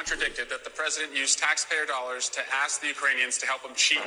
contradicted that the president used taxpayer dollars to ask the Ukrainians to help him cheat.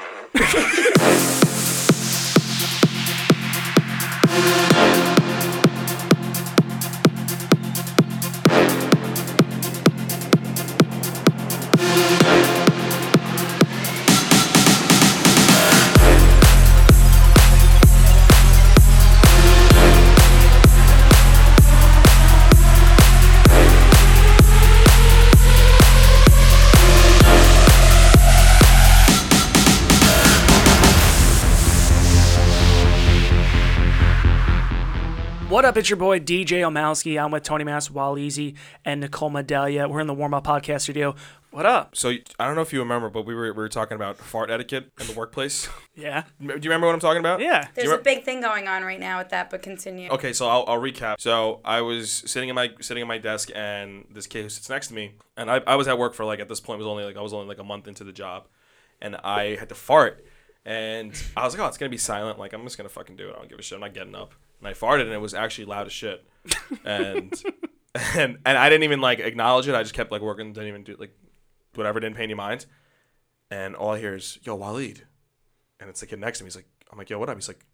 What up? It's your boy DJ Omalski. I'm with Tony Mass, Waleezy, and Nicole Medalia. We're in the warm up podcast studio. What up? So I don't know if you remember, but we were we were talking about fart etiquette in the workplace. Yeah. Do you remember what I'm talking about? Yeah. Do There's you a re- big thing going on right now with that, but continue. Okay, so I'll, I'll recap. So I was sitting in my sitting at my desk, and this kid who sits next to me, and I, I was at work for like at this point was only like I was only like a month into the job, and I had to fart, and I was like, oh, it's gonna be silent. Like I'm just gonna fucking do it. I don't give a shit. I'm not getting up. And I farted, and it was actually loud as shit, and and and I didn't even like acknowledge it. I just kept like working. Didn't even do like whatever. Didn't pay any mind. And all I hear is, yo, Waleed. And it's the kid next to me. He's like, I'm like, yo, what up? He's like,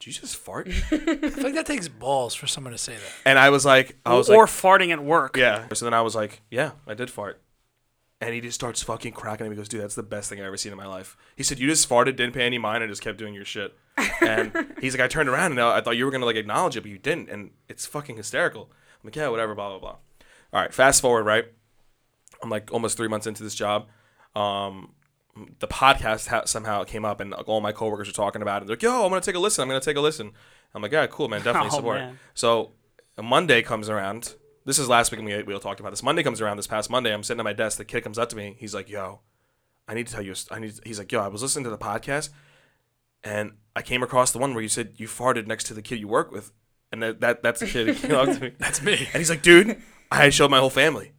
did you just fart? I feel like that takes balls for someone to say that. And I was like, I was or like, farting at work. yeah. So then I was like, yeah, I did fart. And he just starts fucking cracking him. He goes, dude, that's the best thing I've ever seen in my life. He said, you just farted, didn't pay any mind, and just kept doing your shit. And he's like, I turned around and I I thought you were gonna like acknowledge it, but you didn't. And it's fucking hysterical. I'm like, yeah, whatever, blah blah blah. All right, fast forward, right? I'm like almost three months into this job. Um, the podcast ha- somehow came up, and like, all my coworkers were talking about it. They're like, "Yo, I'm gonna take a listen. I'm gonna take a listen." I'm like, "Yeah, cool, man. Definitely Oh, support." man. So a Monday comes around. This is last week, and we we all talked about this. Monday comes around. This past Monday, I'm sitting at my desk. The kid comes up to me. He's like, "Yo, I need to tell you. a st- I need." He's like, "Yo, I was listening to the podcast, and I came across the one where you said you farted next to the kid you work with, and that, that that's the kid who came up to me. That's me. And he's like, dude, I showed my whole family.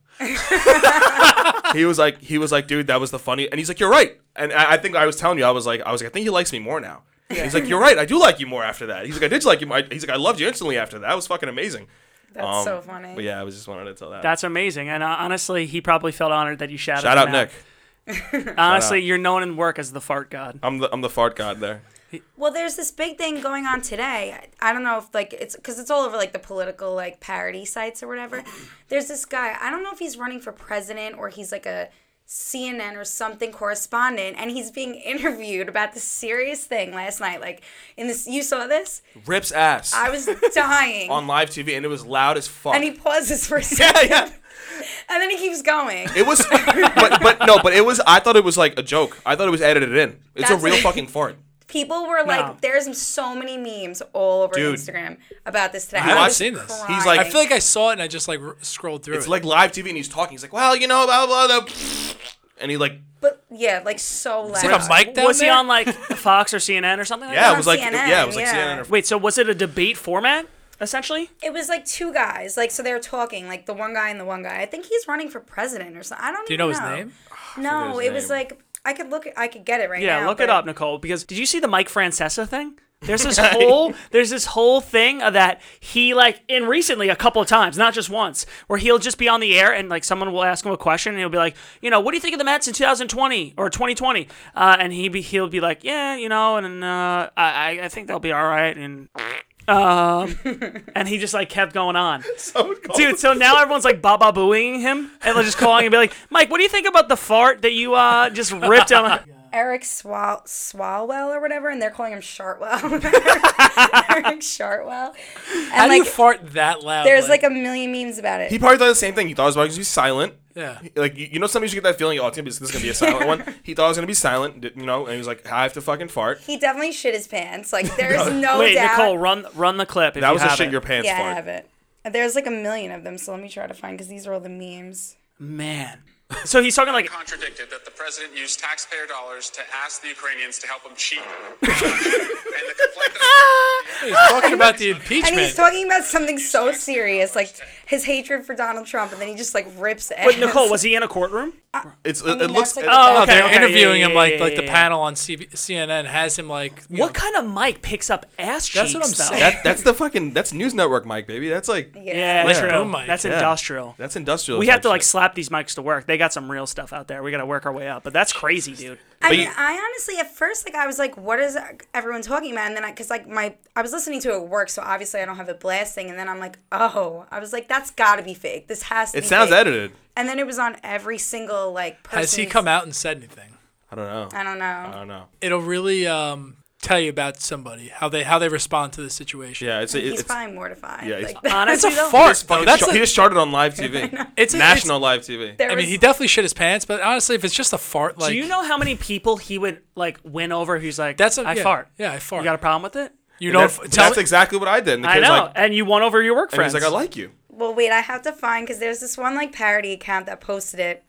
he was like, he was like, dude, that was the funny. And he's like, you're right. And I, I think I was telling you, I was like, I was like, I think he likes me more now. And He's like, you're right. I do like you more after that. He's like, I did like you. more." He's like, I loved you instantly after that. That was fucking amazing. That's Um, so funny. But yeah, I was just wanted to tell that. That's amazing. And uh, honestly, he probably felt honored that you shouted Shout out him Nick. Honestly, you're known in work as the fart god. I'm the I'm the fart god there. Well, there's this big thing going on today. I I don't know if like it's because it's all over like the political like parody sites or whatever. There's this guy. I don't know if he's running for president or he's like a CNN or something correspondent, and he's being interviewed about this serious thing last night. Like in this, you saw this. Rips ass I was dying. on live TV, and it was loud as fuck. and he pauses for a second, yeah, yeah. and then he keeps going. It was, but, but no, but it was. I thought it was like a joke. I thought it was edited in. It's a That's- real fucking fart. People were No. like, "There's so many memes all over Dude. Instagram about this today." I've I was seen this. He's crying. like- I feel like I saw it and I just like r- scrolled through It's it. like live TV, and he's talking. He's like, "Well, you know, blah blah blah," and he like, but yeah, like so loud. like a mic down Was he there? on like Fox or CNN or something like Oh, yeah, that? it on was like, CNN, yeah, it was like yeah. CNN. Or, Wait, so was it a debate format, essentially? It was like two guys, like so they were talking, like the one guy and the one guy. I think he's running for president or something. I don't. Do you even know his name? No, his it was name. like I could look, I could get it right now. Yeah, look but- it up, Nicole. Because did you see the Mike Francesa thing? There's this whole there's this whole thing of that he like in recently a couple of times, not just once, where he'll just be on the air and like someone will ask him a question and he'll be like, you know, what do you think of the Mets in 2020 or 2020? Uh, and he be, he'll be like, yeah, you know, and uh, I I- I think they'll be all right and. Um, and he just like kept going on, dude. So now everyone's like baba booing him, and they're just calling and be like, "Mike, what do you think about the fart that you uh just ripped on?" Eric Swal- Swalwell or whatever, and they're calling him Shartwell. Eric Shartwell. And How do like you fart that loud? there's like, a million memes about it. he probably thought the same thing. He thought it was about to be silent. yeah. Like you, you know, sometimes you get that feeling. Oh, it's gonna be, this is gonna be a silent one. He thought it was gonna be silent. You know, and he was like, "I have to fucking fart." He definitely shit his pants. Like there's no Wait, doubt. Nicole, run run the clip. If That you was a have shit it. your pants yeah, I fart. have it. There's like a million of them, so let me try to find because these are all the memes. man. So he's talking like Contradicted that the president used taxpayer dollars to ask the Ukrainians to help him cheat. and the complaint that He's talking about the And impeachment. he's talking about something so serious, like his hatred for Donald Trump, and then he just like rips ass. Wait, Nicole, was he in a courtroom? It's it, I mean, it looks. that's like it- a bad- Oh, they're okay, interviewing yeah, yeah, him like yeah, like yeah, the yeah. panel on CB- CNN has him like you What know, kind of mic picks up ass cheeks? That's what I'm though? saying. that, that's the fucking that's News Network, Mike, baby. That's like Yeah, Yeah. true. Boom mic, That's yeah. industrial. That's industrial. we have type to like shit. slap these mics to work. They got some real stuff out there. We got to work our way up. But that's crazy, dude. I But mean, you- I honestly at first like I was like, what is everyone talking about? And then I, cause like my, I was listening to it at work, so obviously I don't have it blasting. And then I'm like, oh, I was like, that's got to be fake. This has to. It be sounds fake. edited. And then it was on every single like. Person's, Has he come out and said anything? I don't know. I don't I know. don't know. It'll really um, tell you about somebody how they how they respond to the situation. Yeah, it's He's it's. probably mortified. yeah, he's- like, that. That's Honestly, a though, fart, Fucking though. That's char- a- he just charted on live TV. It's a- national live TV. There I mean, was- he definitely shit his pants, but honestly, if it's just a fart, like Do you know how many people he would like win over? if He's like, That's a- I yeah, fart. yeah, I fart. You got a problem with it? you No, know, that's, tell that's exactly what I did. And the I kid's know. Like, and you won over your work and friends. he's like, I like you. Well, wait, I have to find because there's this one like parody account that posted it.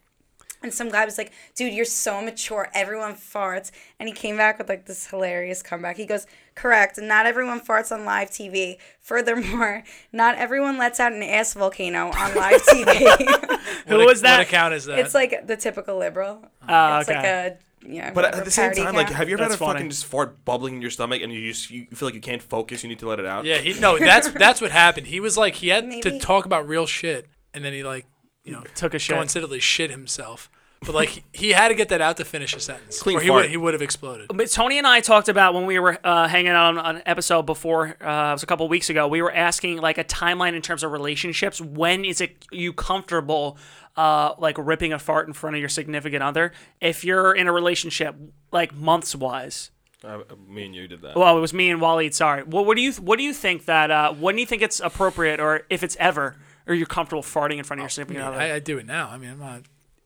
And some guy was like, dude, you're so mature. Everyone farts. And he came back with like this hilarious comeback. He goes, correct. Not everyone farts on live TV. Furthermore, not everyone lets out an ass volcano on live TV. Who what, was ac- that? What account is that? it's like the typical liberal. Oh, It's like okay. a, yeah. But whatever at the same parody time, like, account. have you ever That's had a funny. fucking just fart bubbling in your stomach and you just you feel like you can't focus? You need to let it out. yeah, he no, that's that's what happened. He was like he had Maybe. to talk about real shit, and then he like you know Took a shit. coincidentally shit himself. But like he- he had to get that out to finish a sentence, Clean or he fart. Oh, would he would have exploded. But Tony and I talked about when we were uh, hanging out on an episode before uh, it was a couple weeks ago. We were asking like a timeline in terms of relationships. When is it you comfortable uh, like ripping a fart in front of your significant other? If you're in a relationship like months wise, I, Uh, me and you did that. well, it was me and Waleed. Sorry. Well, what do you what do you think that uh, when do you think it's appropriate or if it's ever or you're comfortable farting in Oh, front of your significant other? I, I do it now. I mean, I'm not.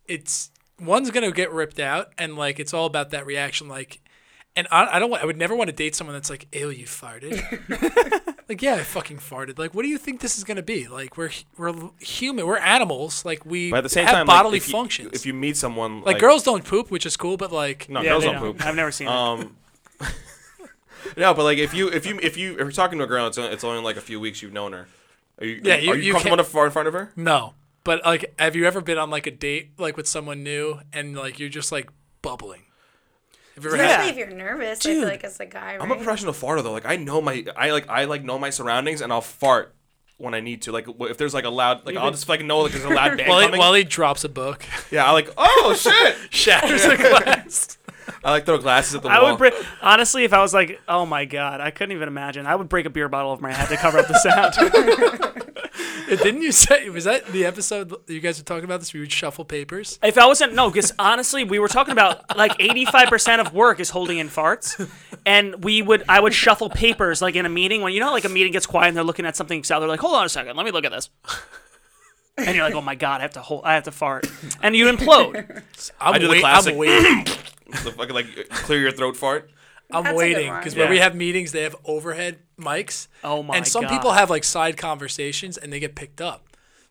It's one's gonna get ripped out, and like it's all about that reaction. Like, and I, I don't. want- I would never want to date someone that's like, "Ew, you farted." like, yeah, I fucking farted. Like, what do you think this is gonna be? Like, we're we're human. We're animals. Like, we But at the same have time, like, bodily if you- functions. if you meet someone, like, girls don't poop, which is cool, but like, no, Yeah, girls they don't don't. poop. I've never seen it. Um, no, but like if you if you if you if you're talking to a girl, it's only, it's only like a few weeks you've known her. Are you, Yeah, are you- you, you comfortable can't- to fart in front of her? no. But like, have you ever been on like a date like with someone new, and like you're just like bubbling? Have you ever had? Especially if you're nervous, I Dude, feel like as a guy, right? I'm a professional farter though. Like I know my I like I like know my surroundings and I'll fart when I need to. Like w- if there's like a loud like I'll just like know like there's a loud band While he, coming. while he drops a book, yeah, I like oh shit. shatters a glass. I like throw glasses at the I wall. would break. Honestly, if I was like, "Oh my god," I couldn't even imagine. I would break a beer bottle over my head to cover up the sound. Didn't you say was that the episode that you guys were talking about this? We would shuffle papers. if I wasn't, no, because honestly, we were talking about like eighty-five percent of work is holding in farts, and we would, I would shuffle papers like in a meeting when you know, like a meeting gets quiet and they're looking at something Excel. They're like, "Hold on a second, let me look at this." And you're like, "Oh my god, I have to hold, I have to fart," and you implode. I'm I do the wait- classic. I'm waiting. the fucking like clear your throat fart. I'm That's a good waiting one. because when we Yeah. have meetings, they have overhead mics. Oh my And some God. people have like side conversations and they get picked up.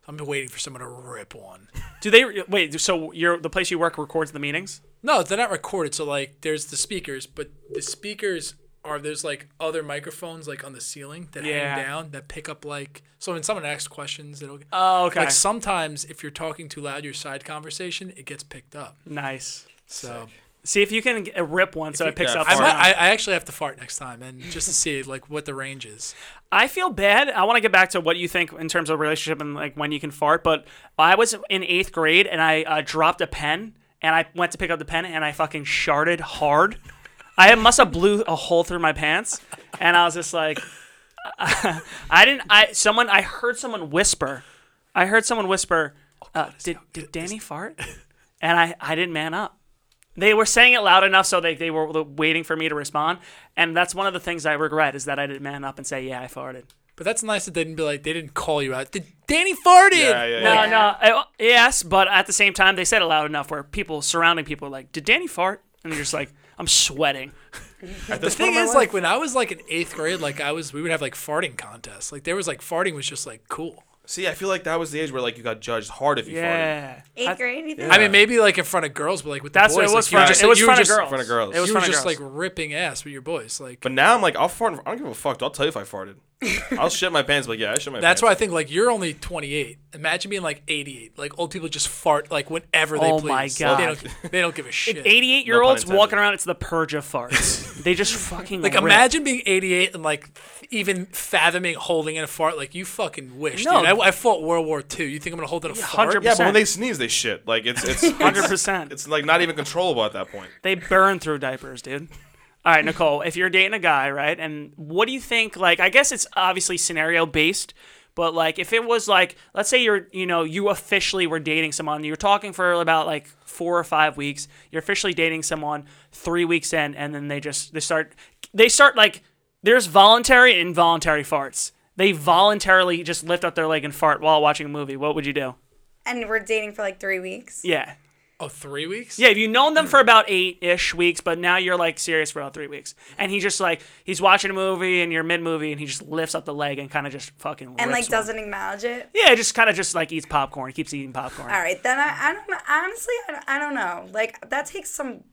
I'm waiting for someone to rip one. Do they wait? So your the place you work records the meetings? No, they're not recorded. So like, there's the speakers, but the speakers are there's like other microphones like on the ceiling that Yeah. hang down that pick up like. So when someone asks questions, it'll. Oh, okay. Like sometimes if you're talking too loud, your side conversation it gets picked up. nice. So. See if you can get- rip one so it picks yeah, up. I I, sound. might, I, I actually have to fart next time, and just to see like what the range is. I feel bad. I want to get back to what you think in terms of relationship and like when you can fart. But I was in eighth grade and I uh, dropped a pen and I went to pick up the pen and I fucking sharded hard. I must have blew a hole through my pants and I was just like, I didn't. I someone I heard someone whisper. I heard someone whisper. uh, did did Danny fart? And I I didn't man up. They were saying it loud enough so they, they were waiting for me to respond. And that's one of the things I regret is that I didn't man up and say, yeah, I farted. But that's nice that they didn't be like they didn't call you out. Did Danny farted? Yeah, yeah, No, yeah. no. I, yes, but at the same time, they said it loud enough where people surrounding people are like, "Did Danny fart?" And you're just like, "I'm sweating." The thing is, like when I was like in eighth grade, like I was, we would have like farting contests. Like there was like farting was just like cool. See, I feel like that was the age where like you got judged hard if you farted. Yeah, Eighth grade, you think? I mean, maybe like in front of girls, but like with the that's boys, what it was. like, you were for, just, it was you were front of just- girls. front of girls. It was You were front of just girls. like ripping ass with your boys. Like But now I'm like, I'll fart. in fr- I don't give a fuck. I'll tell you if I farted. I'll shit my pants. But yeah, I shit my pants. that's why I think like you're only 28. Imagine being like 88. Like old people just fart like whenever they Oh please. my Like, they God. don't, they don't give a shit. Eighty-eight-year-olds intended. walking around. It's the purge of farts. they just fucking Like rip. imagine being 88 and like even fathoming holding in a fart. Like you fucking wish. No, dude. I I, I fought World War II. You think I'm gonna hold in a fart? 100%. Yeah, but when they sneeze, they shit. Like it's it's hundred 100%. It's like not even controllable at that point. They burn through diapers, dude. All right, Nicole, if you're dating a guy, right, and what do you think? Like, I guess it's obviously scenario based, but like, if it was like, let's say you're, you know, you officially were dating someone, you're talking for about like four or five weeks, you're officially dating someone three weeks in, and then they just, they start, they start like, there's voluntary and involuntary farts. They voluntarily just lift up their leg and fart while watching a movie. What would you do? and we're dating for like three weeks. Yeah. Oh, three weeks? Yeah, if you've known Hmm. them for about eight ish weeks, but now you're like serious for about three weeks. And he just like, he's watching a movie and you're mid movie and he just lifts up the leg and kind of just fucking. and like rips one. doesn't acknowledge it. Yeah, just kind of just like eats popcorn, keeps eating popcorn. All right, then I, I don't know. honestly I don't, I don't know. Like that takes some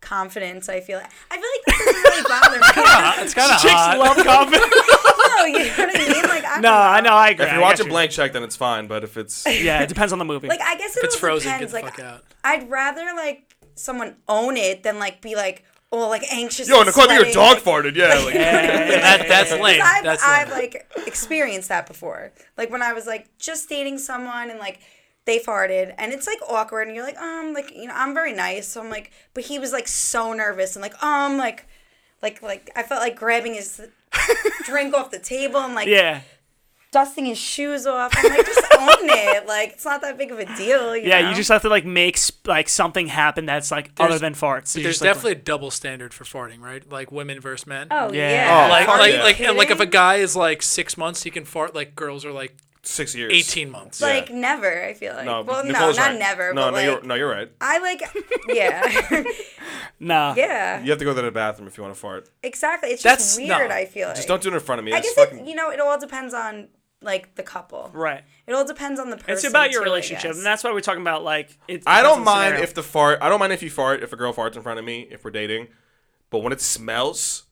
confidence. I feel. I feel like that doesn't really bother me. It's kind of Chicks hot. love coffee. no, you know what I mean. Like I no, I know, I agree. If I you're got watching you. Blank Check, then it's fine. But if it's Yeah, it depends on the movie. Like I guess it it's all frozen, get depends. the like fuck out. I'd rather like someone own it than like be like oh like anxious. yo, and Nicole, your sweating. dog Like, farted. Yeah, like, That, that's lame. I've, That's I've lame. like experienced that before. Like when I was like just dating someone and like they farted and it's like awkward and you're like um like you know I'm very nice so I'm like but he was like so nervous and like um like like like I felt like grabbing his drink off the table and like yeah. dusting his shoes off I'm like just own it like it's not that big of a deal you Yeah, know? you just have to like make sp- like something happen that's like other than farts. You're There's just, like, definitely a double standard for farting, right? Like women versus men. oh Yeah. yeah, Oh, like, Are like, you like, and like, if a kidding? guy is like six months, he can fart. Like, girls are like six years. eighteen months. Yeah. Like never, I feel like. No, well, Nicole's no, not right. never. No, but no, like, you're no, you're right. I like, yeah, nah. yeah, You have to go to the bathroom if you want to fart. exactly. It's That's- just weird. no. I feel like. Just don't do it in front of me. I It's guess fucking. it, you know it all depends on like the couple. Right. It all depends on the person. It's about your too, I relationship, guess. and that's why we're talking about like. It depends I don't on the mind scenario. if the fart. I don't mind if you fart if a girl farts in front of me if we're dating, but when it smells,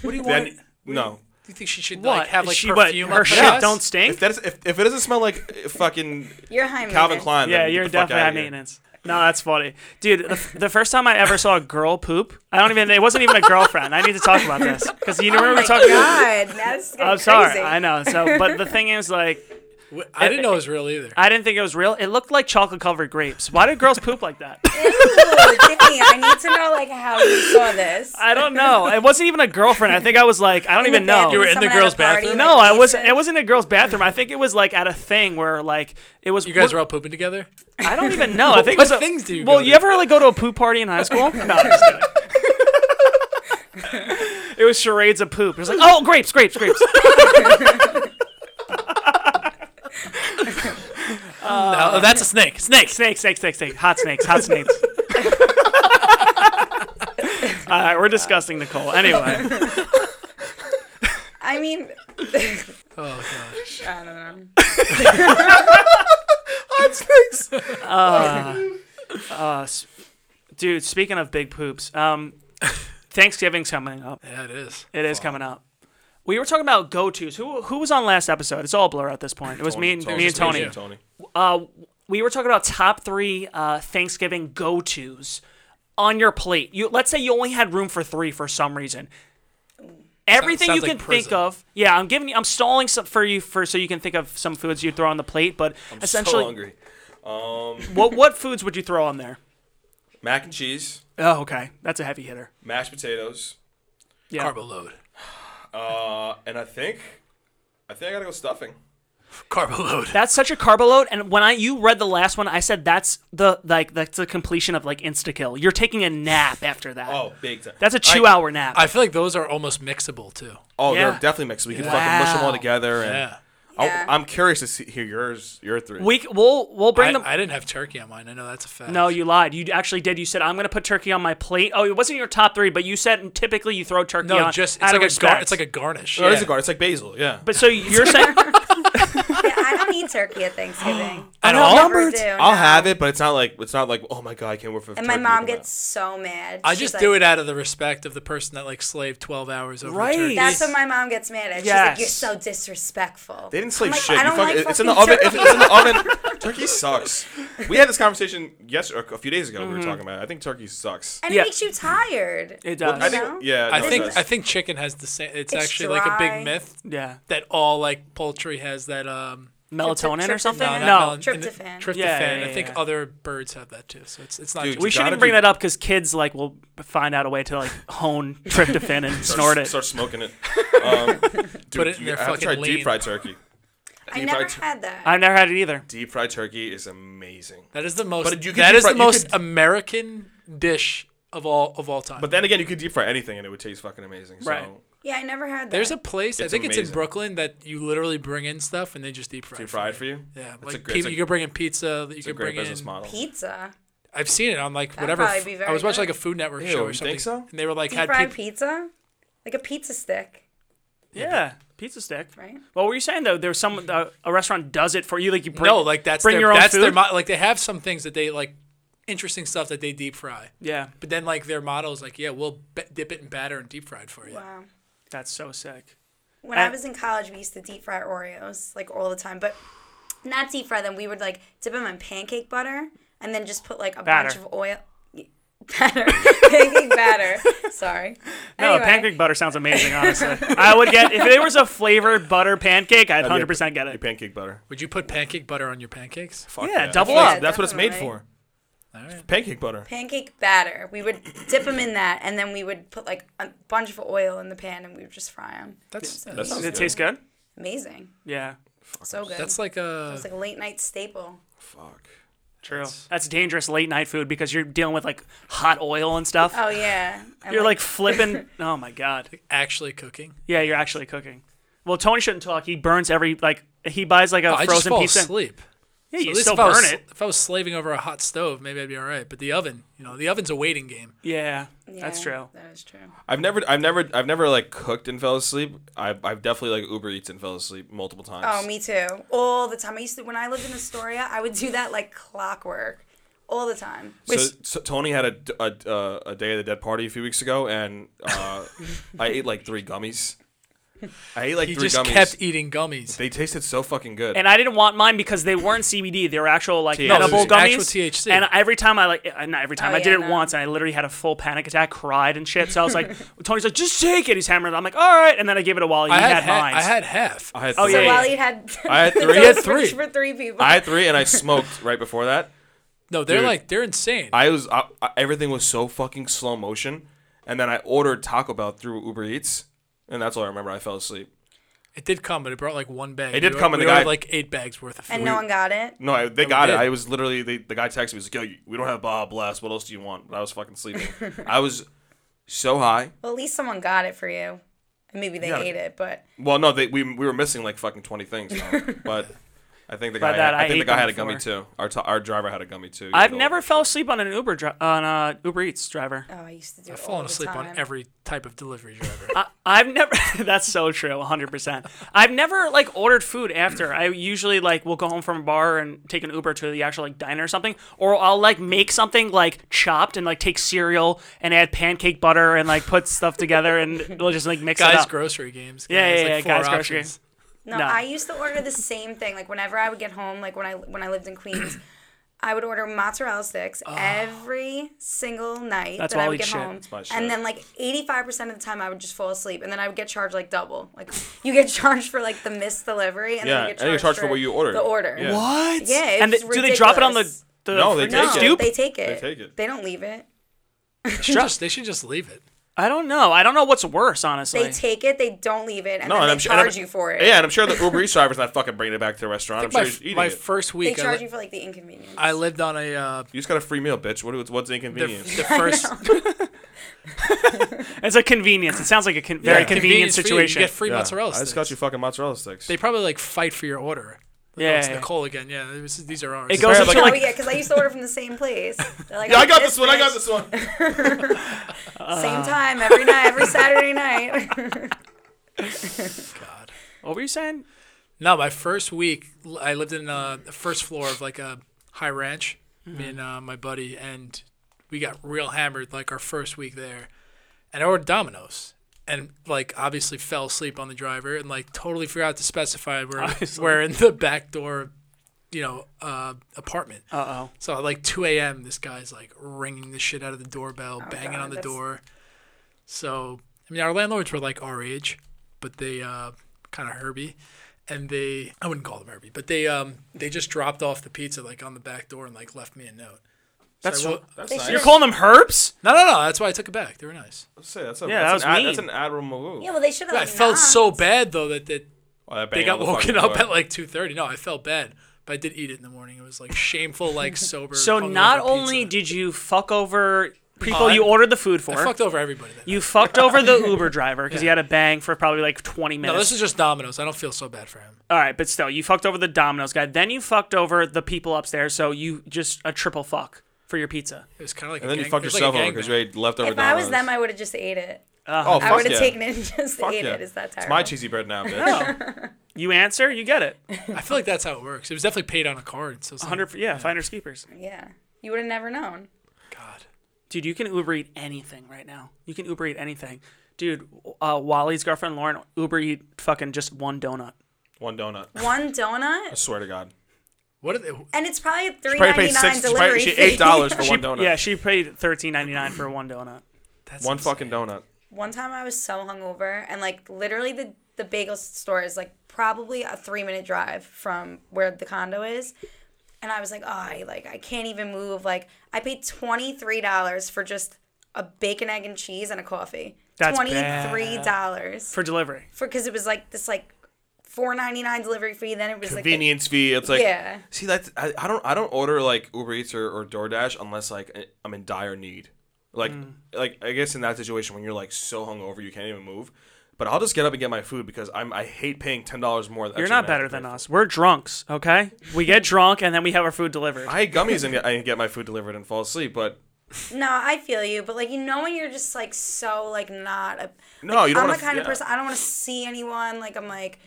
What do you want? then no. do you think she should What? like have like she, what, perfume? her up shit ass? don't stink. If that is, if, if it doesn't smell like uh, fucking You're high Calvin maintenance. Klein, then Yeah, get you're the fuck definitely outta high here. maintenance. No, that's funny, dude. The, f- the first time I ever saw a girl poop, I don't even. It wasn't even a girlfriend. I need to talk about this because you remember Oh we my were talking. god, that's I'm sorry, I know. So, but the thing is, like, Wh- I didn't know it was real either. I didn't think it was real. It looked like chocolate covered grapes. Why do girls poop like that? Timmy, I need to know like how you saw this. I don't know. It wasn't even a girlfriend. I think I was like, I don't In the even know. bathroom, You were in the someone at a girls' party, bathroom? like, no, I was. Jason. It wasn't a girl's bathroom. I think it was like at a thing where like it was. you guys are all pooping together. I don't even know. I think What it was a- things do you Well, go to? you ever like go to a poop party in high school? No, I'm just kidding. it was charades of poop. It was like, oh, grapes, grapes, grapes. no, oh, that's a snake. Snake. snake, snake, snake, snake. Hot snakes, hot snakes. All right, we're discussing Nicole. Anyway, I mean, Oh god. I don't know. uh, s- dude, speaking of big poops, um, Thanksgiving's coming up. Yeah, it is. It is coming up. We were talking about go tos. Who who was on last episode? It's all a blur at this point. It was me and me and Tony. Tony. Tony. uh, we were talking about top three uh, Thanksgiving go tos on your plate. You let's say you only had room for three for some reason. Everything sounds you like can think prison. of, yeah. I'm giving you, I'm stalling some for you for so you can think of some foods you throw on the plate. But so essentially, hungry. what what foods would you throw on there? Mac and cheese, Oh, okay, that's a heavy hitter. mashed potatoes, Yeah, Carbo load. uh, and I think, I think I gotta go stuffing. Carbo load. that's such a carbo load. And when I you read the last one, I said that's the like that's the completion of like insta kill. You're taking a nap after that. Oh, big time. that's a two hour nap. I feel like those are almost mixable too. oh, yeah. they're definitely mixed. We can fucking mush them all Wow. together. And Yeah. Oh, I'll- Yeah. I'm curious to see, hear yours, your three. we c- we'll we'll bring I, them. I didn't have turkey on mine. I know that's a fact. No, you lied. You actually did. You said I'm going to put turkey on my plate. Oh, it wasn't your top three, but you said typically you throw turkey No, on. just it's out of like a gar- respect. it's like a garnish. No, it is Yeah. a guard. It's like basil. Yeah. But so you're saying Yeah, I don't eat turkey at Thanksgiving. At I all? never Outnumbered. do, I'll no. have it, but it's not like it's not like oh my god, I can't wait for. And my mom gets so mad. I She's just like- do it out of the respect of the person that like slaved twelve hours over Right. turkey. Yes. That's what my mom gets mad at. She's Yes. like, "You're so disrespectful." They didn't sleep I'm like, shit. I You don't fucking- like it's in the fucking oven. It's, it's in the oven. Turkey sucks. We had this conversation yesterday, a few days ago. Mm-hmm. We were talking about. it. I think turkey sucks. and Yeah. it makes you tired. it does. I No? think yeah. I no, it think does. I think chicken has the same. It's, It's actually like a dry. big myth yeah. that all like poultry has that um melatonin or tryptophan. something? No, No, not not mel- and Tryptophan. Tryptophan. Yeah, yeah, yeah, I think yeah. other birds have that too. So it's it's not Dude, just we You shouldn't gotta bring do- that up because kids like will find out a way to like hone tryptophan and snort it. Start smoking it. Um, dude, Put it in you their have to try fucking lane. deep fried turkey. I Deep never fried tur- had that. I've never had it either. Deep fried turkey is amazing. That is the most. But you could that deep is fry- the you most could- American dish of all of all time. But then again, you could deep fry anything and it would taste fucking amazing. So Right. yeah, I never had that. there's a place I It's think it's in amazing. Brooklyn that you literally bring in stuff and they just deep fry. deep it. fried for you. Yeah, It's a like great- people, it's a- you could bring in pizza. that You It's a could great bring business in. model. pizza. I've seen it on like whatever. probably f- be I very was watching good. like a Food Network Ew, show or you something, think so? and they were like Deep had fried peop- pizza, like a pizza stick, Yeah, pizza stick. right? What were you saying though? There's some uh, a restaurant does it for you. Like you bring no, like that's bring their, your own that's food. their mo- like they have some things that they like interesting stuff that they deep fry. yeah, But then like their model is like, yeah, we'll b- dip it in batter and deep fry it for you. Wow. that's so sick. When I And- was in college, we used to deep fry Oreos like all the time, but not deep fry them. We would like dip them in pancake butter and then just put like a bunch Batter. of oil. Batter, pancake batter. Sorry. No, Anyway. pancake butter sounds amazing. Honestly, I would get if there was a flavored butter pancake, I'd be a- hundred percent get Like it. pancake butter. Would you put pancake butter on your pancakes? Fuck Yeah, double That's- up. That's what it's made Definitely. for. All right. Pancake butter. Pancake batter. We would dip them in that, and then we would put like a bunch of oil in the pan, and we would just fry them. That's That sounds Does good. it taste good? Amazing. Yeah, So good. that's like uh, a it's like a late night staple. Fuck. true. That's dangerous late night food because you're dealing with like hot oil and stuff. Oh yeah. And, You're like flipping. Oh my god. actually cooking. Yeah, you're actually cooking. Well, Tony shouldn't talk. He burns every like he buys like a Oh, I just frozen fall pizza. asleep. Yeah, So you at least still if I, burn was, it. if I was slaving over a hot stove, maybe I'd be all right. But the oven, you know, the oven's a waiting game. Yeah, Yeah, that's true. That is true. I've never, I've never, I've never like cooked and fell asleep. I've, I've definitely like Uber Eats and fell asleep multiple times. Oh, me too. All the time. I used to when I lived in Astoria, I would do that like clockwork, all the time. So, so Tony had a, a, uh, a Day of the Dead party a few weeks ago, and uh, I ate like three gummies. I ate like He three just gummies. kept eating gummies. they tasted so fucking good. And I didn't want mine because they weren't CBD. They were actual like THC. edible No, gummies. it was actual THC. And every time I like, uh, not every time Oh, I did yeah, it no. once, and I literally had a full panic attack, cried and shit. So I was like, Tony's like, just take it. He's hammering. it. I'm like, all right. And then I gave it a while. You I had, had, ha- mine. I had half. I had Oh, three. So yeah, while he had, I had the three. He had toast for- three. for three people. I had three, and I smoked right before that. No, they're Dude. like they're insane. I was I, I, everything was so fucking slow motion, and then I ordered Taco Bell through Uber Eats, and that's all I remember. I fell asleep. it did come, but it brought like one bag. It did We come, or- and we the ordered, guy- like eight bags worth of food. and no one got it. No, I, they got it. did. I was literally they, the guy texted me. He's like, "Yo, you- we don't have Bob Blast. What else do you want?" But I was fucking sleeping. I was so high. Well, at least someone got it for you. And maybe they Yeah. ate it, but Well, no, they, we we were missing like fucking twenty things, though. but I think the guy that, had, I I think ate the guy had them a gummy too. Our t- our driver had a gummy too. I've He'll- never fell asleep on an Uber dri- on a Uber Eats driver. oh, I used to do. I've it all fallen the asleep time. on every type of delivery driver. I, I've never. that's so true. 100. percent I've never like ordered food after. I usually like will go home from a bar and take an Uber to the actual like diner or something, or I'll like make something like chopped and like take cereal and add pancake butter and like put stuff together and we'll just like mix it guys up. grocery games. Yeah, There's, yeah, like, yeah, four guys grocery options. No, No. I used to order the same thing. Like whenever I would get home, like when I when I lived in Queens, I would order mozzarella sticks every single night That's that I all would I get shit. home. my shit. And then like eighty five percent of the time I would just fall asleep, and then I would get charged like double. Like you get charged for like the missed delivery, and Yeah, then you get charged, and you get charged for what you ordered. The order. Yeah. What? Yeah, it and was they- do they drop it on the ridiculous. the No, they fridge take No, it. scoop? they take it. They take it. They don't leave it. They should, just, they should just leave it. I don't know. I don't know what's worse, honestly. They take it. They don't leave it, and No, then and they I'm sure- and I'm- charge you for it. Yeah, and I'm sure the Uber Eats driver's not fucking bringing it back to the restaurant. I'm my sure he's eating my it. first They week, I, charge li- you for like the inconvenience. I lived on a uh, you just got a free meal, bitch. What, what's the the, inconvenience? the first it's a convenience. It sounds like a con- very convenient convenience for you. You situation. get free Yeah, mozzarella I sticks. just got you fucking mozzarella sticks. They probably like fight for your order. Like, Yeah, oh, it's yeah. Nicole again. Yeah, this is- these are ours. It goes Apparently, into like- Oh like yeah, because I used to order from the same place. They're like, yeah, I got "Oh, this one. I got bitch." this one. Uh. Same time every night, every Saturday night. God. what were you saying? No, my first week, l- I lived in uh, the first floor of like a high ranch. Mm-hmm. Me and uh, my buddy, and we got real hammered like our first week there. And I ordered Domino's, and like obviously fell asleep on the driver, and like totally forgot to specify we're we're in the back door, you know, uh, apartment. Uh oh. So at like 2 a.m., this guy's like ringing the shit out of the doorbell, banging Oh, God, on the that's- door. So I mean, our landlords were like our age, but they uh, kind of herby, and they I wouldn't call them Herbie, but they um they just dropped off the pizza like on the back door and like left me a note. That's I will- That's They nice. should've- You're calling them herbs? No, no, no. That's why I took it back. They were nice. Let's say that's a, Yeah, that's that an was ad- that's mean. an admirable move. Yeah, well, they should have. I felt so bad though that, that Oh, that they bang got on the woken fucking up door. at like two thirty. No, I felt bad, but I did eat it in the morning. It was like shameful, like sober. So hungover not only pizza. did you fuck over people I- you ordered the food for, I fucked over everybody. That you fucked over the Uber driver because you had a bang for probably like 20 minutes. no, this is just Domino's. I don't feel so bad for him. All right, but still, you fucked over the Domino's guy. Then you fucked over the people upstairs. So you just a triple fuck for your pizza. It was kind of like And a then you gang- fucked it was yourself like a over because you gangbang. ate leftover If I was Domino's. them, I would have just ate it. oh, fuck I would have yeah. taken it and just Fuck ate yeah. it. Is that It's terrible? my cheesy bread now, bitch. Oh. you answer, you get it. I feel like that's how it works. It was definitely paid on a card. So it's like, 100 yeah, finders keepers. Yeah, you would have never known. God. Dude, you can Uber Eat anything right now. You can Uber Eat anything. Dude, uh, Wally's girlfriend Lauren Uber Eat fucking just one donut. One donut. I One donut, swear to God. What are they? and it's probably a three Probably paid ninety nine six. She delivery probably- she fee. eight dollars for She- one donut. Yeah, she paid thirteen ninety nine for one donut. That's one insane. fucking donut. One time I was so hungover, and like literally the the bagel store is like probably a three minute drive from where the condo is, and I was like, oh, I like I can't even move. Like I paid twenty three dollars for just a bacon, egg, and cheese and a coffee. That's twenty bad. three dollars For delivery. for because it was like this like four ninety nine delivery fee. Then it was like the- Convenience fee. It's like Yeah. See, that's I, I don't I don't order like Uber Eats or, or DoorDash unless like I- I'm in dire need. Like like I guess in that situation when you're like so hungover you can't even move. But I'll just get up and get my food because I'm I hate paying ten dollars more. You're not better than us. We're drunks, okay? We get drunk and then we have our food delivered. I ate gummies and get, I get my food delivered and fall asleep, but No, I feel you, but like you know when you're just like so like not a. No, you don't I'm wanna- the kind of yeah. person I don't want to see anyone. Like I'm like.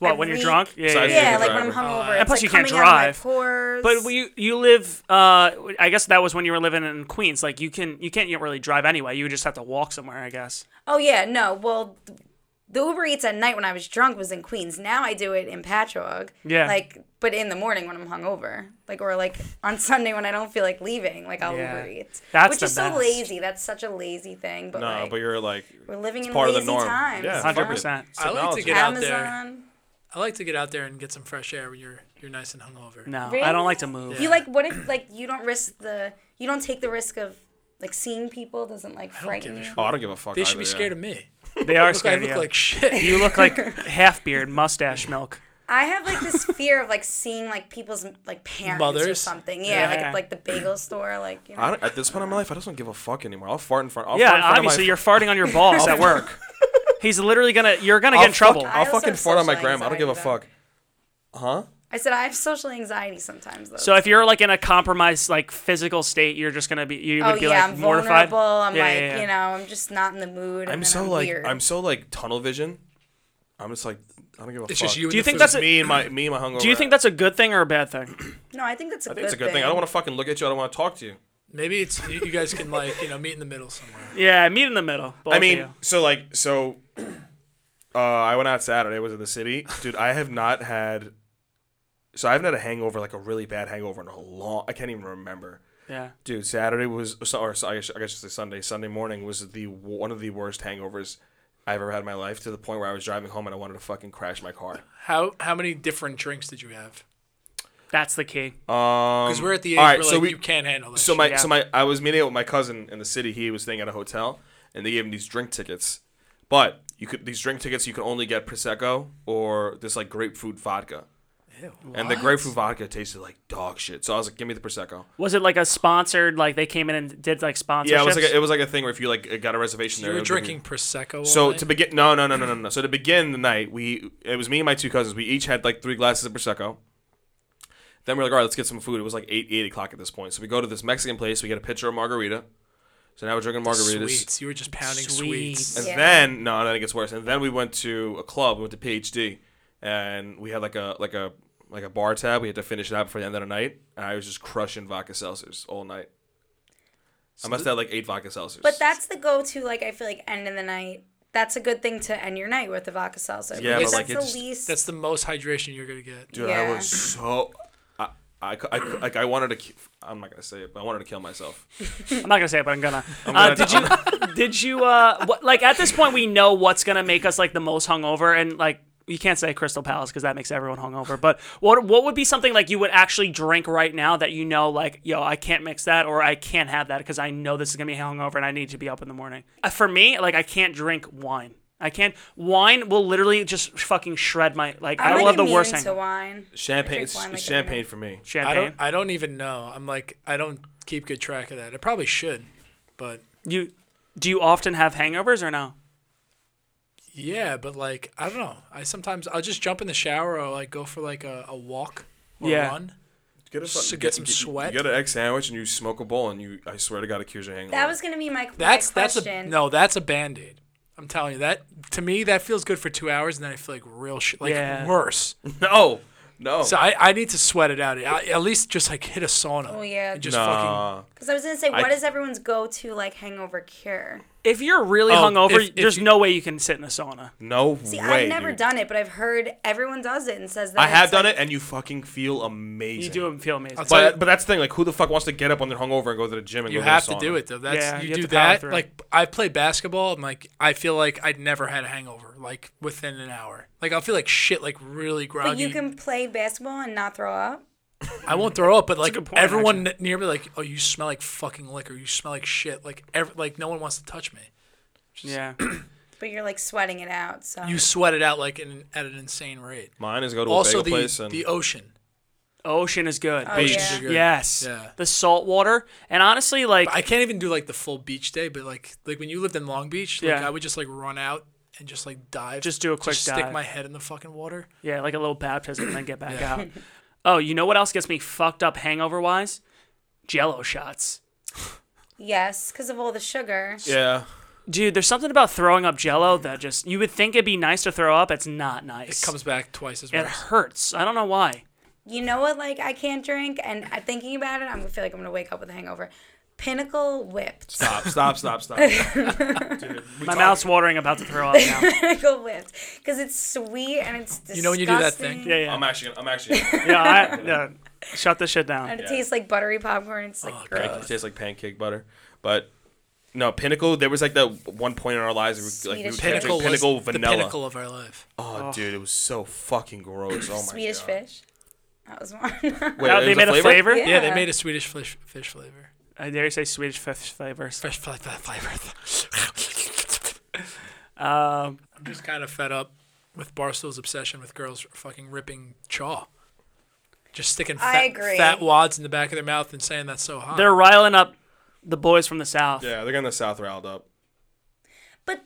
What, I when you're reek- drunk? Yeah, Besides Yeah, You're the like when I'm driver. hungover. And it's, plus like, you can't coming out of my drive. pores. But you you live. Uh, I guess that was when you were living in Queens. Like you can you can't really drive anyway. You would just have to walk somewhere. I guess. oh yeah, no. Well, th- the Uber Eats at night when I was drunk was in Queens. Now I do it in Patchogue. Yeah. Like, but in the morning when I'm hungover, like or like on Sunday when I don't feel like leaving, like I'll Yeah. Uber Eats. That's which the is best. so lazy. That's such a lazy thing. But no, like, but you're like we're living in part of lazy the norm. times. Yeah, Hundred percent. I like Technology. to get out there. Amazon. I like to get out there and get some fresh air when you're you're nice and hungover. No, Really? I don't like to move. You like what if like you don't risk the you don't take the risk of like seeing people doesn't like frighten give a you. Oh, I don't give a fuck. They should be either, yeah. scared of me. They are Look, I scared of look you. like shit. you look like half beard, mustache milk. I have like this fear of like seeing like people's like parents or Mothers? something. Yeah, like Yeah. at like the bagel store, like you know. I don't, at this point in my life, I just don't give a fuck anymore. I'll fart in front. I'll fart Yeah, in front obviously of my, you're farting on your balls at work. He's literally gonna. You're gonna I'll get in trouble. Fuck, I I'll also fucking have fart on my social grandma. I don't give a anxiety, though. fuck. Huh? I said I have social anxiety sometimes though. so if you're like in a compromised like physical state, you're just gonna be. You would oh be yeah, like I'm mortified. vulnerable. I'm Yeah, like yeah, yeah. you know I'm just not in the mood. I'm and so I'm like weird. I'm so like tunnel vision. I'm just like I don't give a It's fuck. just you. Do you and the think food. that's a- me and my me and my hungover. Do you think that's a good thing or a bad thing? no, I think that's a I good think it's a good thing. I don't want to fucking look at you. I don't want to talk to you. maybe it's you you guys can like you know meet in the middle somewhere. Yeah, meet in the middle. both I of mean, you. so like so, uh, I went out Saturday. Was in the city, dude. I have not had, so I haven't had a hangover like a really bad hangover in a long. I can't even remember. yeah. Dude, Saturday was, or so- I guess I guess I should say Sunday. Sunday morning was the one of the worst hangovers I've ever had in my life. To the point where I was driving home and I wanted to fucking crash my car. How how many different drinks did you have? That's the key. Because we're at the age Um, all right, where so like we- you can't handle this. So my Yeah. so my I was meeting up with my cousin in the city. He was staying at a hotel, and they gave him these drink tickets. But you could these drink tickets you can only get prosecco or this like grapefruit vodka. And the grapefruit vodka tasted like dog shit. So I was like, give me the prosecco. Was it like a sponsored? Like they came in and did like sponsorships? Yeah, it was like a, it was like a thing where if you like got a reservation you there, were it would give drinking prosecco. All So night? to begin, no, no, no, no, no, no. So to begin the night, we it was me and my two cousins. We each had like three glasses of prosecco. Then we're like, all right, let's get some food. It was like eight, eight o'clock at this point. So we go to this Mexican place. We get a pitcher of margarita. So now we're drinking margaritas. sweets. You were just pounding Sweets. sweets. And Yeah. then no, then it gets worse. And then we went to a club. We went to PhD, and we had like a like a like a bar tab. We had to finish it out before the end of the night. And I was just crushing vodka seltzers all night. I must have had like eight vodka seltzers. But that's the go-to. Like I feel like end of the night. That's a good thing to end your night with a vodka salsa. Yeah, because but, like, that's it the just- least. That's the most hydration you're gonna get. Dude, I Yeah. was so. I, I, I, like I wanted to. ki- I'm not gonna say it, but I wanted to kill myself. I'm not gonna say it, but I'm gonna. gonna- uh, did you? did you? Uh, what, like at this point, we know what's gonna make us like the most hungover, and like you can't say Crystal Palace because that makes everyone hungover. But what what would be something like you would actually drink right now that you know like yo I can't mix that or I can't have that because I know this is gonna be hungover and I need to be up in the morning. Uh, For me, like I can't drink wine. I can't. Wine will literally just fucking shred my like. I I'm, will like, have the worst immune to hangover. wine. I Champagne, drink it's, wine, like, it's every night. champagne for me. I Champagne. don't. I don't even know. I'm like, I don't keep good track of that. I probably should, but you do you often have hangovers or no? yeah. But like, I don't know. I sometimes I'll just jump in the shower or like go for like a, a walk or Yeah. run. Get, a, Just fucking- to get some you- sweat. You get an egg sandwich and you smoke a bowl and you. I swear to God, it cures your hangover. That was gonna be my, That's my that's question. a no. That's a band aid. I'm telling you that to me that feels good for two hours, and then I feel like real shit, like Yeah. worse. no, no. So I, I need to sweat it out. I, at least just like hit a sauna. Oh, yeah. And just fucking. Nah. Because I was gonna say, what I- is everyone's go-to like hangover cure? If you're really Oh, hungover, if- if there's you- no way you can sit in a sauna. no See, way. I've never dude. done it, but I've heard everyone does it and says that. I have it's, done like, it, and you fucking feel amazing. You do feel amazing. tell But but that's the thing. Like, who the fuck wants to get up when they're hungover and go to the gym and You go have to, to the sauna? do it though. That's Yeah, you, you have do to power that. through. Like I play basketball. I'm like I feel like I'd never had a hangover like within an hour. Like I'll feel like shit. Like really groggy. But you can play basketball and not throw up. I won't throw up, but like good point, everyone n near me, like, oh, you smell like fucking liquor. You smell like shit. Like, ev- like no one wants to touch me. Yeah. But you're like sweating it out. So You sweat it out like in, an- at an insane rate. Mine is go to Also, a bagel the place and the ocean. Ocean is good. Oh, beach. yeah. Good. Yes. Yeah. The salt water. And honestly, like I can't even do like the full beach day, but like like when you lived in Long Beach, like Yeah. I would just like run out and just like dive. Just do a quick just dive. Stick my head in the fucking water. yeah, like a little baptism and then get back out. Oh, you know what else gets me fucked up hangover wise? Jello shots. yes, because of all the sugar. yeah. Dude, there's something about throwing up jello that just you would think it'd be nice to throw up, it's not It nice. comes back twice as it much. hurts. I don't know why. You know what? Like I can't drink, and I- thinking about it, I'm gonna feel like I'm gonna wake up with a hangover. Pinnacle whipped. Stop, stop, stop, stop. Dude, we My talked- mouth's watering about to throw up now. Pinnacle whipped, because it's sweet and it's disgusting. You know when you do that thing? Yeah, yeah. I'm actually, I'm actually. it yeah, I, yeah. Shut this shit down. And it tastes like buttery popcorn. It's Oh, like gross. tastes like pancake butter, but no pinnacle. There was like that one point in our lives where we, like we Swedish would pinnacle, fish. was pinnacle the vanilla. pinnacle of our life. Oh, dude, it was so fucking gross. Oh my Swedish god. fish. That was one. Wait, Oh, it they was made a flavor? Yeah. Yeah. they made a Swedish fish fish flavor. I dare you say Swedish fish flavors. Fresh fl- fl- flavor. Um, I'm just kind of fed up with Barstool's obsession with girls fucking ripping chaw. Just sticking fat, I agree. fat wads in the back of their mouth and saying that's so hot. they're riling up the boys from the south. Yeah, they're getting the South riled up. But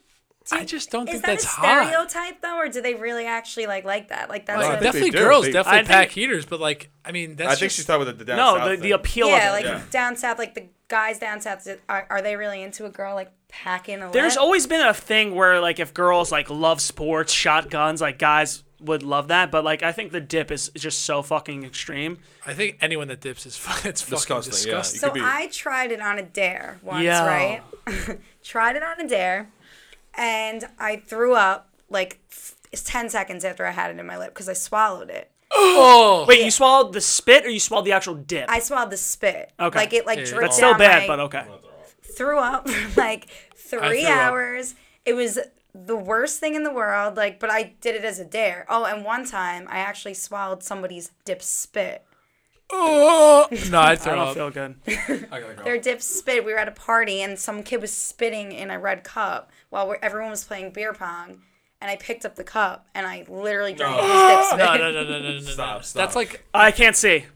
I just don't is think that that's a hot. stereotype though, or do they really actually like like that? Like that's Like, I think what- they Uh, definitely do. girls They- definitely I think- pack heaters, but like I mean that's I think she's just, talking about the, the down No, south the, thing. the appeal yeah, of like it. Yeah. down south, like the guys down south, are, are they really into a girl like packing a? There's lip? always been a thing where like if girls like love sports, shotguns, like guys would love that, but like I think the dip is is just so fucking extreme. I think anyone that dips is fu- it's fucking Disgusting, disgusting. yeah. You So could be- I tried it on a dare once, Yo. right? tried it on a dare, and I threw up like f- ten seconds after I had it in my lip because I swallowed it. Oh, Wait, you swallowed the spit or you swallowed the actual dip? I swallowed the spit. Okay. Like it like dripped That's still down bad, my- but okay. threw up for like three threw up. hours. It was the worst thing in the world. Like, but I did it as a dare. Oh, and one time I actually swallowed somebody's dip spit. oh. no, I I throw don't up. feel good. Their dip spit. We were at a party and some kid was spitting in a red cup while we're, everyone was playing beer pong. And I picked up the cup and I literally drank his dip spit. no, no, no, no, no, no, no. Stop, stop. That's like I can't see.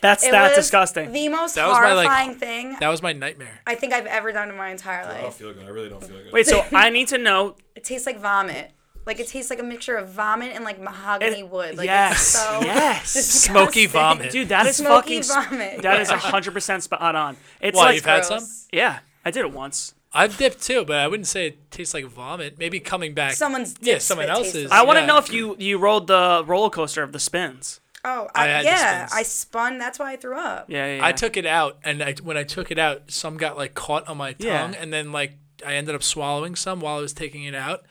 That's It that was disgusting. The most That was my, like, horrifying thing that was my nightmare. I think I've ever done in my entire I don't life. feel good. I really don't feel good. Wait, so I need to know It tastes like vomit. Like it tastes like a mixture of vomit and like mahogany wood. Like yes. it's so yes. Smoky disgusting. vomit. Dude, that is Smoky fucking vomit. That is a 100% spot on. It's Why, like you've had gross. some? Yeah, I did it once. I've dipped too, but I wouldn't say it tastes like vomit. Maybe coming back. Someone's yeah, dip someone spit tastes else's. like- I want to yeah. know if you you rolled the roller coaster of the spins. Oh, I, I had the yeah. spins. I spun. That's why I threw up. Yeah, yeah. yeah. I took it out, and I, when I took it out, some got like caught on my tongue, Yeah. and then like I ended up swallowing some while I was taking it out.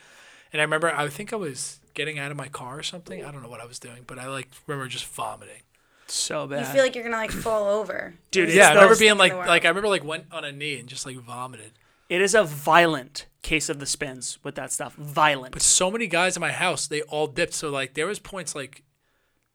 And I remember I think I was getting out of my car or something. I don't know what I was doing, but I like remember just vomiting. so bad. You feel like you're gonna like fall over. Dude, Yeah, I it's those- remember being thing in like the world. like I remember like went on a knee and just like vomited. It is a violent case of the spins with that stuff. Violent. so many guys in my house, they all dipped. So like there was points like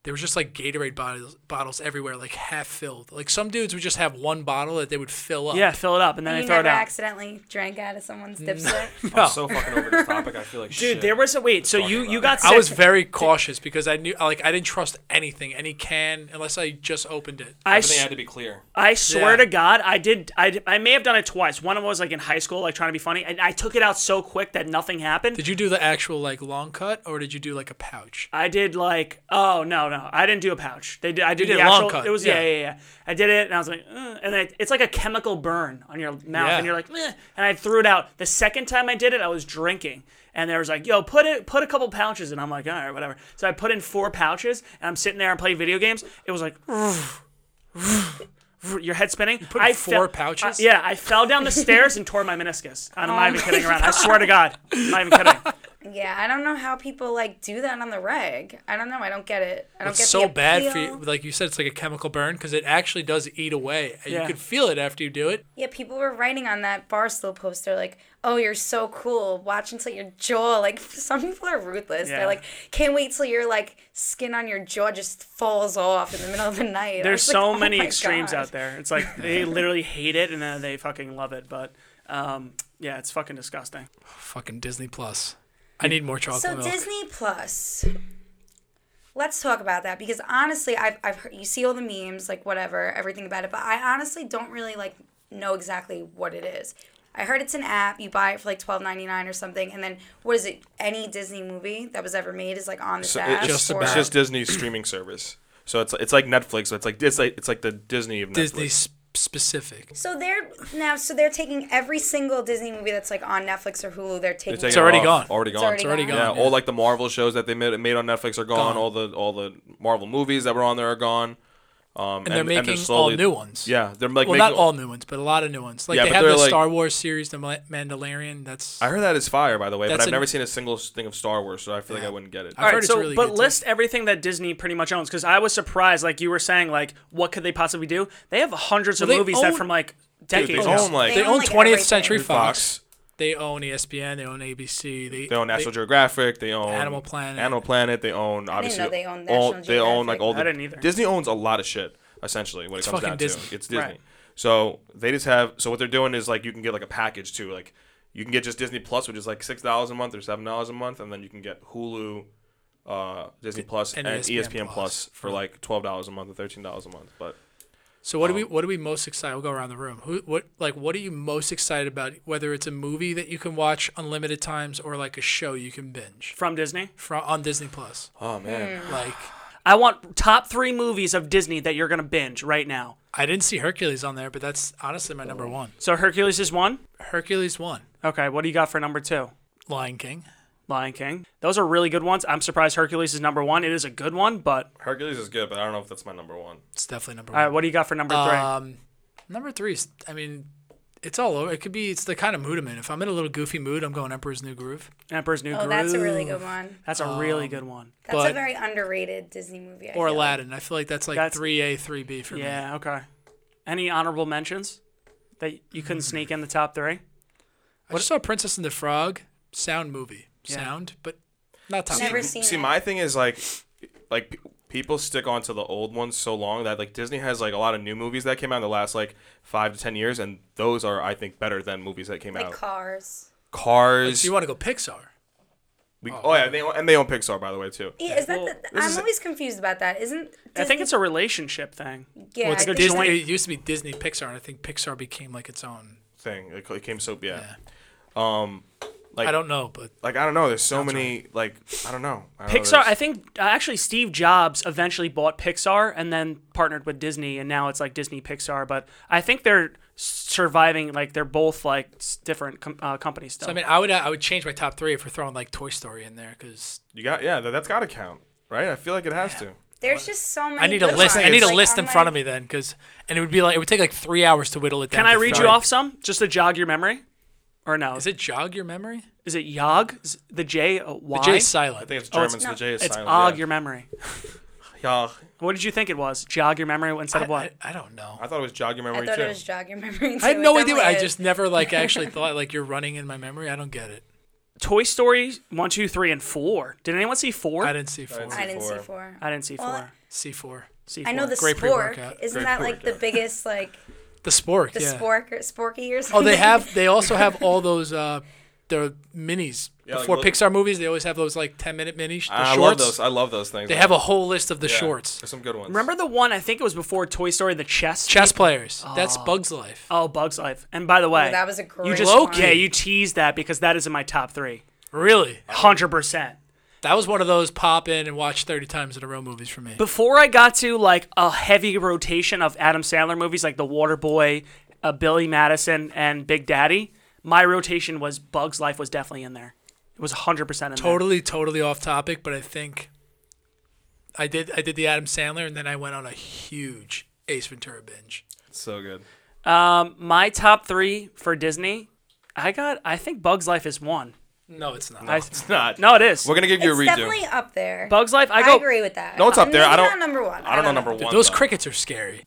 there was just like Gatorade bottles bottles everywhere, like half filled. Like some dudes would just have one bottle that they would fill up. yeah, fill it up and then You they throw it never out. accidentally drank out of someone's dipstick. I'm so fucking over this topic. I feel like Dude, shit. there was a wait. So you about you it. got sick. I was very cautious because I knew like I didn't trust anything, any can unless I just opened it. I Everything s- had to be clear. I swear Yeah. to God, I did. I, d- I may have done it twice. One of them was like in high school, like trying to be funny, and I took it out so quick that nothing happened. Did you do the actual like long cut or did you do like a pouch? I did like, oh no, no, I didn't do a pouch. They did. I did, did the long actual. cut, It was yeah. yeah. yeah, yeah, yeah. I did it, and I was like, uh, and I, it's like a chemical burn on your mouth, Yeah. and you're like, "Meh," and I threw it out. The second time I did it, I was drinking, and there was like, yo, put it, put a couple pouches, and I'm like, all right, whatever. So I put in four pouches, and I'm sitting there and playing video games. It was like. Your head spinning. You put in four pouches? Oh yeah, I fell down the stairs and tore my meniscus. And I'm not even kidding around. I swear to God, I'm not even kidding. yeah, I don't know how people like do that on the reg. I don't know. I don't get it. I don't It's get so the bad for appeal. you. Like you said, it's like a chemical burn because it actually does eat away. and Yeah. You could feel it after you do it. Yeah, people were writing on that Barstool poster like, "Oh, you're so cool. Watch until your jaw." Like some people are ruthless. Yeah. They're like, "Can't wait till your like skin on your jaw just falls off in the middle of the night." I There's was like, so "Oh many my extremes God." out there. It's like they literally hate it and then they fucking love it. But um, yeah, it's fucking disgusting. Fucking Disney Plus. I need more chocolate So milk. Disney Plus. Let's talk about that because honestly, I've I've heard you see all the memes, like whatever, everything about it, but I honestly don't really like know exactly what it is. I heard it's an app. You buy it for like twelve ninety nine or something, and then what is it? Any Disney movie that was ever made is like on this So app. it's Just just, or- about- it's just Disney's streaming service. So it's it's like Netflix. So it's like it's like it's like the Disney of Netflix. Disney sp- specific. So they're now. So they're taking every single Disney movie that's like on Netflix or Hulu. They're taking. They're taking It's it already off. gone. Already It's gone. already It's already gone. Yeah, gone, all yeah. like the Marvel shows that they made made on Netflix are gone. Gone. All the all the Marvel movies that were on there are gone. Um, and, they're making all new ones. Yeah, they're like Well, making not all new ones, but a lot of new ones. Like Yeah, they but have they're the like- Star Wars series, the Ma- Mandalorian. That's I heard that is fire, by the way, but That's I've a- never seen a single thing of Star Wars, so I feel like I wouldn't get it. I've heard Alright, it's so really but good. too. list everything that Disney pretty much owns because I was surprised, like you were saying, like what could they possibly do? They have hundreds of Well, they movies that own- from like Dude, decades. they ago. own like they They own, own like, 20th everything. Century Fox. Fox, They own E ESPN. They own ABC. They, they own National Geographic, they own Animal Planet. Animal Planet, they own obviously know they owned all, National they own like Geographic. all the I didn't either. Disney owns a lot of shit essentially when it comes fucking down to Disney. it. it's Disney. Right. So they just have so what they're doing is like you can get like a package too, like you can get just Disney Plus, which is like six dollars a month or seven dollars a month, and then you can get Hulu, uh, Disney Plus, and, E and ESPN, ESPN Plus Plus for like twelve dollars a month or thirteen dollars a month. But So what do we what are we most excited? We'll go around the room. Who what like what are you most excited about? Whether it's a movie that you can watch unlimited times or like a show you can binge from Disney. from on Disney Plus. oh man, Hmm. Like I want top three movies of Disney that you're gonna binge right now. I didn't see Hercules on there, but that's honestly my number one. So Hercules is one. Hercules one, Okay, what do you got for number two? Lion King. Lion King. Those are really good ones. I'm surprised Hercules is number one. It is a good one, but Hercules is good, but I don't know if that's my number one. It's definitely number all right, one. what do you got for number three? um, number three is I mean, it's all over. It could be it's the kind of mood I'm in. If I'm in a little goofy mood, I'm going Emperor's New Groove. Emperor's New Oh, Groove. that's a really good one. That's a Um, really good one. That's a but- very underrated Disney movie. I Or feel like. Aladdin. I feel like that's like That's- three A, three B for me. Yeah. Okay. Any honorable mentions that you couldn't Hmm. sneak in the top three? I just saw Princess and the Frog. Sound movie. Sound, but not top. Never three. seen See, it. my thing is like, like pe- people stick onto the old ones so long that like Disney has like a lot of new movies that came out in the last like five to ten years, and those are I think better than movies that came Like out. Cars. Cars. So you want to go Pixar? we, oh yeah, they own, and they own Pixar by the way too. Yeah, is that Well, the, I'm always confused about that. Isn't I think it's a relationship thing. yeah, Well, it's I think Disney. joint- It used to be Disney Pixar, and I think Pixar became like its own. Thing it, it came so yeah. Yeah. Um, like I don't know, but like I don't know. There's so many like I don't know. I don't know, Pixar. there's- I think uh, actually Steve Jobs eventually bought Pixar and then partnered with Disney, and now it's like Disney Pixar. But I think they're surviving. Like they're both like s- different com- uh, companies still. I mean, I would I would change my top three if we're throwing like Toy Story in there because you got yeah. That, that's got to count, right? I feel like it has to. there's just so many. I need a good list. I ones. need a Like, list I'm in front like- of me then because and it would be like it would take like three hours to whittle it down. Can I to read three. you off some just to jog your memory? Or no? Is it jog your memory? Is it Yog? Is the J uh, Y? Jay's silent. Oh, I think it's German, so the J is It's silent. Og yeah. your memory. Yeah, What did you think it was? Jog your memory instead I, of what? I, I don't know. I thought it was jog your I memory thought too. it was jog your memory. I had too. It no idea. definitely I is. just never like actually thought like you're running in my memory. I don't get it. Toy Story one, two, three, and 4. Did anyone see 4? I didn't see four. didn't I didn't see Four. four. I didn't see 4. Well, See four. see I 4. know the Great spork. pre-workout. Isn't Great that like the pre-workout. biggest like The spork. the yeah. spork or sporky or something? Oh, they have. They also have all those. uh their minis Yeah, like before little- Pixar movies, they always have those like ten minute mini sh- the I love shorts. those. I love those things. They have a whole list of the shorts. There's some good ones. Remember the one, I think it was before Toy Story, the chess? Chess players. That's Bugs Life. Oh, Bugs Life. And by the way, that was a great you just, Loki. Yeah, you teased that because that is in my top three. Really? 100%. That was one of those pop in and watch thirty times in a row movies for me. Before I got to like a heavy rotation of Adam Sandler movies like The Waterboy, uh, Billy Madison, and Big Daddy, my rotation was Bugs Life was definitely in there. It was 100% in there. totally totally off topic but i think i did i did the adam sandler and then i went on a huge ace ventura binge It's so good. My top three for Disney, I got, I think Bugs Life is one. no it's not I- It's not. no, it is. We're gonna give you It's a redo. definitely up there. Bugs Life, I I, go. agree with that. No, it's up there. Maybe I don't- not number one. I don't know number one. those though. crickets are scary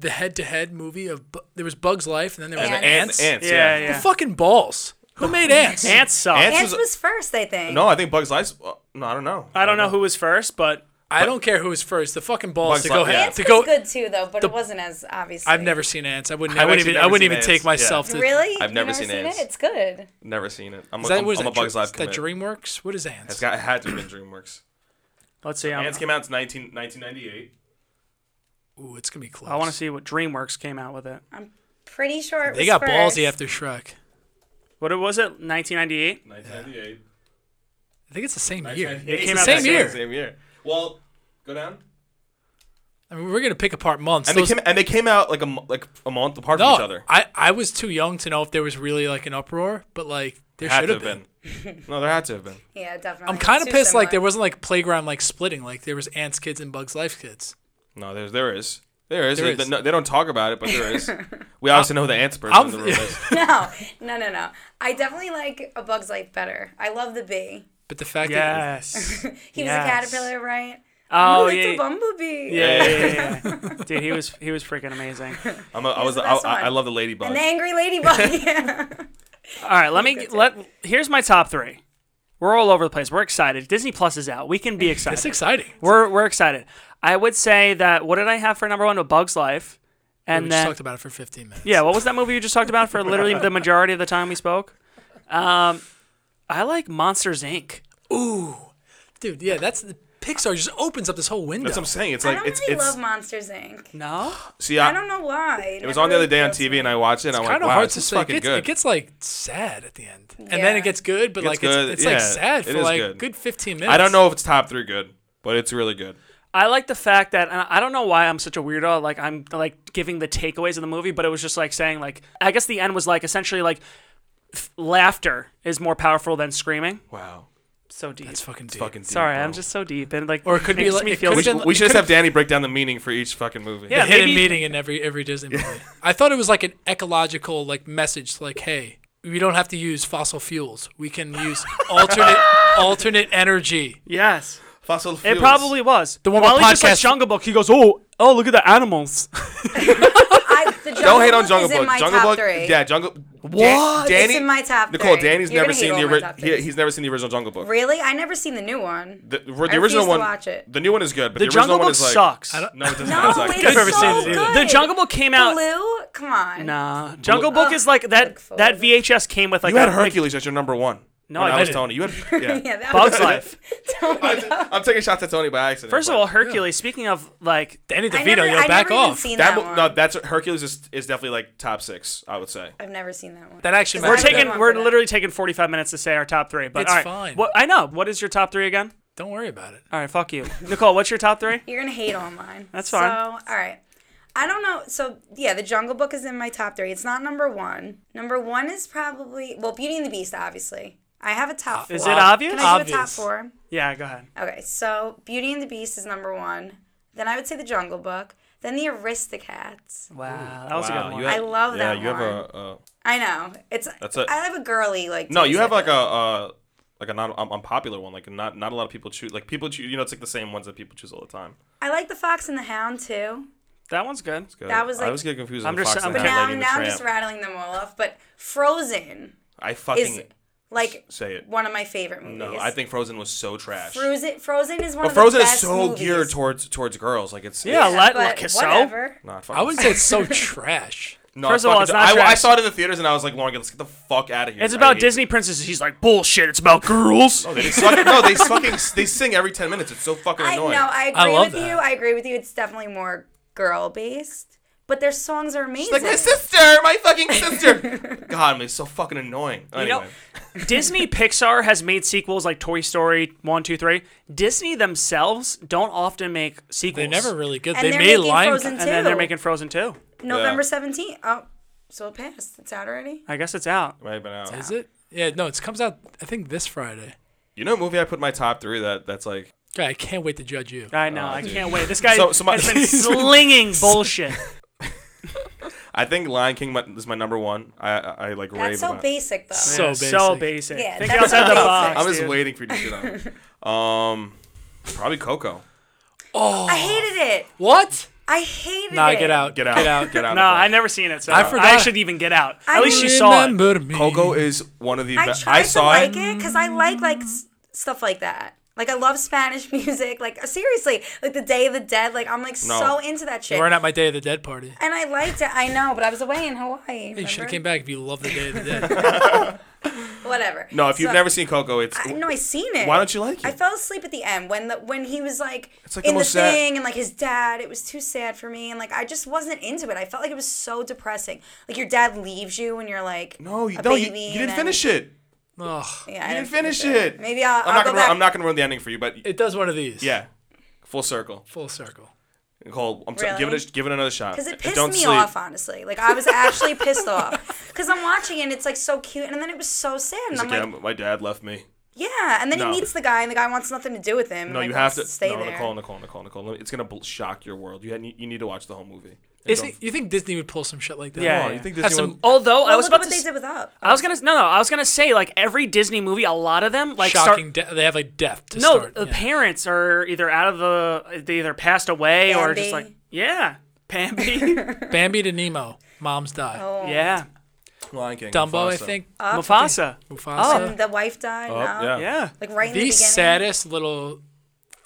the head-to-head movie of Bu- there was bugs life and then there was And ants, ants. Ants. Yeah, Yeah. yeah. fucking balls who made ants Ants suck. Ants- Ants was- was first, I think. No, I think Bugs Life. No, I don't know. I don't know who was first, but i don't care who was first the fucking balls Bugs to go Life, yeah. ahead Ants to was go good too, though, but it wasn't as obvious. i've never seen ants i wouldn't i I've wouldn't actually even i never wouldn't seen even take Ants. myself Yeah. to Really? I've You've never seen seen Ants. It? It's good. Never seen it. I'm, is that I'm, was I'm that, a Bugs Dr- Life is that commit. dreamworks what is ants It's got it had to have been DreamWorks. let's see. I'm- Ants came out in 19, 1998. Ooh, it's gonna be close I want to see what DreamWorks came out with it. Pretty sure it they was got first. ballsy after shrek What was it? 1998. 1998. i think it's the same year It came the out same that year. Same year. Well, go down. i mean we're gonna pick apart months And they Those- came and they came out like a mo- like a month apart No, from each other. I, I was too young to know if there was really like an uproar, but like there had should to have been. no, there had to have been. Yeah, definitely. I'm kind of Too pissed like there similar. wasn't like playground like splitting like there was ants kids and Bugs Life kids. No, there's there is. There is. There They- is. no, they don't talk about it, but there is. We obviously know who the ants person I'm- in the room is. No, no, no, no. I definitely like A Bug's Life better. I love the bee. But the fact that Yes. He was Yes. a caterpillar, right? Oh Who liked yeah. a bumblebee? Yeah, yeah, yeah, yeah. Dude, he was he was freaking amazing. I'm a, I was the I, best I, I one. love the An ladybug. angry ladybug. yeah. All right, let me let here's my top 3. We're all over the place. We're excited. Disney Plus is out. We can be it's excited. exciting. We're we're excited. I would say that what did I have for number 1 with Bugs Life? And we then just talked about it for 15 minutes. Yeah, what was that movie you just talked about for literally the majority of the time we spoke? Um I like Monsters Inc. Dude, yeah, that's the Pixar just opens up this whole window. That's what I'm saying. It's I like don't it's really it's. love Monsters Inc. No? See, I, I don't know why. It was on the other day on TV, and I watched it. and I'm like, kind of wow, hard this to is say. It fucking gets, good. it gets like sad at the end, and then Yeah. it gets good, but It gets like it's, good, it's yeah, like sad it for is like good. good. 15 minutes. I don't know if it's top three good, but it's really good. I like the fact that and I don't know why I'm such a weirdo. Like I'm like giving the takeaways of the movie, but it was just like saying like I guess the end was like essentially like f- laughter is more powerful than screaming. Wow, So deep. It's fucking deep. fucking. Deep, Sorry, bro. I'm just so deep and like Or it could be makes like- me it feel could've We, been- should- we should just have Danny break down the meaning for each fucking movie. Yeah. hidden Maybe- meaning in every every Disney movie. I thought it was like an ecological like message, like hey, we don't have to use fossil fuels. We can use alternate alternate energy. yes. fossil It fuels. probably was. The one While where he just like podcast- Jungle Book, he goes, "Oh, oh, look at the animals." I, the Jungle Don't hate on Jungle is in Book. my Jungle top Book. three. Yeah, Jungle. What? It's Danny, in my top Nicole, three. Danny's You're never gonna hate seen the all my original. top threes. He's never seen the original Jungle Book. Really? I never seen the new one. The, the original refuse to one. watch it. The new one is good, but The the, original Jungle one Book is like sucks. I don't- No, it doesn't. No, it's like, it's I've never so seen it either. good. the Jungle Book came out. Blue? Come on. Nah, Jungle Book is like that. forward. That VHS came with like You had a, like, Hercules as your number one. No, when I I was didn't. Tony. You had yeah. Yeah, that Bugs was- Life. I, am taking shots at Tony by accident. First of but- all, Hercules. Speaking of like Danny I DeVito, never, yo, I back never even off. seen that, that, mo- one. no, that's Hercules is, is definitely like top six. I would say. I've never seen that one. That actually Because We're I matters. really taking want we're that. literally taking 45 minutes to say our top 3. But It's all right. fine. What I know. What is your top 3 again? Don't worry about it. All right, fuck you. Nicole, what's your top 3? You're gonna hate on mine. That's fine. So all right. I don't know. So yeah, the Jungle Book is in my top three. It's not number one. Number one is probably well, Beauty and the Beast, obviously. I have a top four. Is it obvious? Can I do a top Obvious. four? Yeah, go ahead. Okay, so Beauty and the Beast is number one. Then I would say the Jungle Book. Then the Aristocats. Wow, that was a good Wow, one. you have- I love yeah, that you have one. a, a I know. It's That's it. I have a girly like no. taste, You have I like a, feel. a like a non un- unpopular one. Like not not a lot of people choose. Like people choose. You know, it's like the same ones that people choose all the time. I like the Fox and the Hound too. That one's good. Good. That was, I like- always get confused. I'm with just- Fox and I'm- the Yeah, But now, Hound, Lady and the now I'm just Tramp. rattling them all off. But Frozen I is fucking like say it. one of my favorite movies. no. I think Frozen was so trash. Frozen Frozen is one but of Frozen the is best so movies. geared towards towards girls. Like it's Yeah, it's let- but look, so? whatever. not fucking. I wouldn't say it's so trash. No, First of all, fucking- it's not I, I trash. saw it in the theaters and I was like, Lauren, let's get the fuck out of here. It's I about hate Disney princesses. He's like, bullshit, it's about girls. it. They suck- no, they fucking they sing every ten minutes. It's so fucking I know. annoying. I agree I love with that. you. I agree with you. It's definitely more girl based, but their songs are amazing. like my sister, my fucking sister. God, it's so fucking annoying. Anyway, know- Disney Pixar has made sequels like Toy Story 1, 2, 3. Disney themselves don't often make sequels. They never really good. And they they're made making Lion Frozen King. And then they're too. making Frozen 2. November Yeah. seventeenth. Oh, so it passed. It's out already. I guess it's out. It might have been out. Is it? Yeah, no, it comes out I think this Friday. You know, a movie I put in my top three that that's like God, I can't wait to judge you. I know. I can't wait. This guy So- so my- has been slinging bullshit. I think Lion King mi- is my number one. I I, I like rave That's so about. basic though. So- Yeah, So basic. Yeah, Think that's outside the basic. box. I'm just dude. waiting for you to get on. um, probably Coco. I hated it. What? I hated Nah, it. get out. Get out. Get out. Get out. No, I never seen it. So I I forgot. forgot. I should even get out. At I least you saw it. Remember me. Coco is one of the. I best. tried I saw to it. like it because I like like s- stuff like that. Like I love Spanish music. Like seriously, like the Day of the Dead. Like I'm like No. so into that shit. You weren't at my Day of the Dead party. and I liked it. I know, but I was away in Hawaii. You should have remember? came back if you loved the Day of the Dead. Whatever. No, if you've So- never seen Coco, it's I, no, I seen it. Why don't you like I it? fell asleep at the end when the when he was like, It's like the in the, most sad- thing and like his dad. It was too sad for me, and like I just wasn't into it. I felt like it was so depressing. Like your dad leaves you, and you're like, no, you, a no, you, baby, you and didn't then- finish it. Ugh. Yeah, I You didn't didn't finish it. Maybe I'll. I'm not will gonna. go back. Ru- I'm not gonna ruin the ending for you, but It does one of these. yeah, full circle. Full circle. Nicole, I'm t- Really? give it a, give it another shot. Because it And pissed don't me sleep. off, honestly. Like I was actually pissed off. Because I'm watching it, and it's like so cute, and then it was so sad, and He's I'm like, yeah, like, m- my dad left me. yeah. And then No. he meets the guy, and the guy wants nothing to do with him. and, No, like, you have wants to stay no, there. Nicole, Nicole, Nicole, Nicole. No, It's gonna bl- shock your world. You had, you need to watch the whole movie. And Is don't- it, you think Disney would pull some shit like that? Yeah, Oh, yeah. you think Have Disney some- would- Although I Well, was look about what to. they s- did with Up. I was gonna no no. I was gonna say like every Disney movie, a lot of them like start Shocking. de- they have like death to No, start. the yeah. parents are either out of the, they either passed away or just Bambi. like, yeah, Bambi, Bambi to Nemo. Moms die. Oh. yeah, Lion King, Dumbo, I Mufasa. think. Mufasa, Mufasa. And Oh. the wife died. Up, no? Oh, yeah. yeah. Like right in the the beginning. saddest little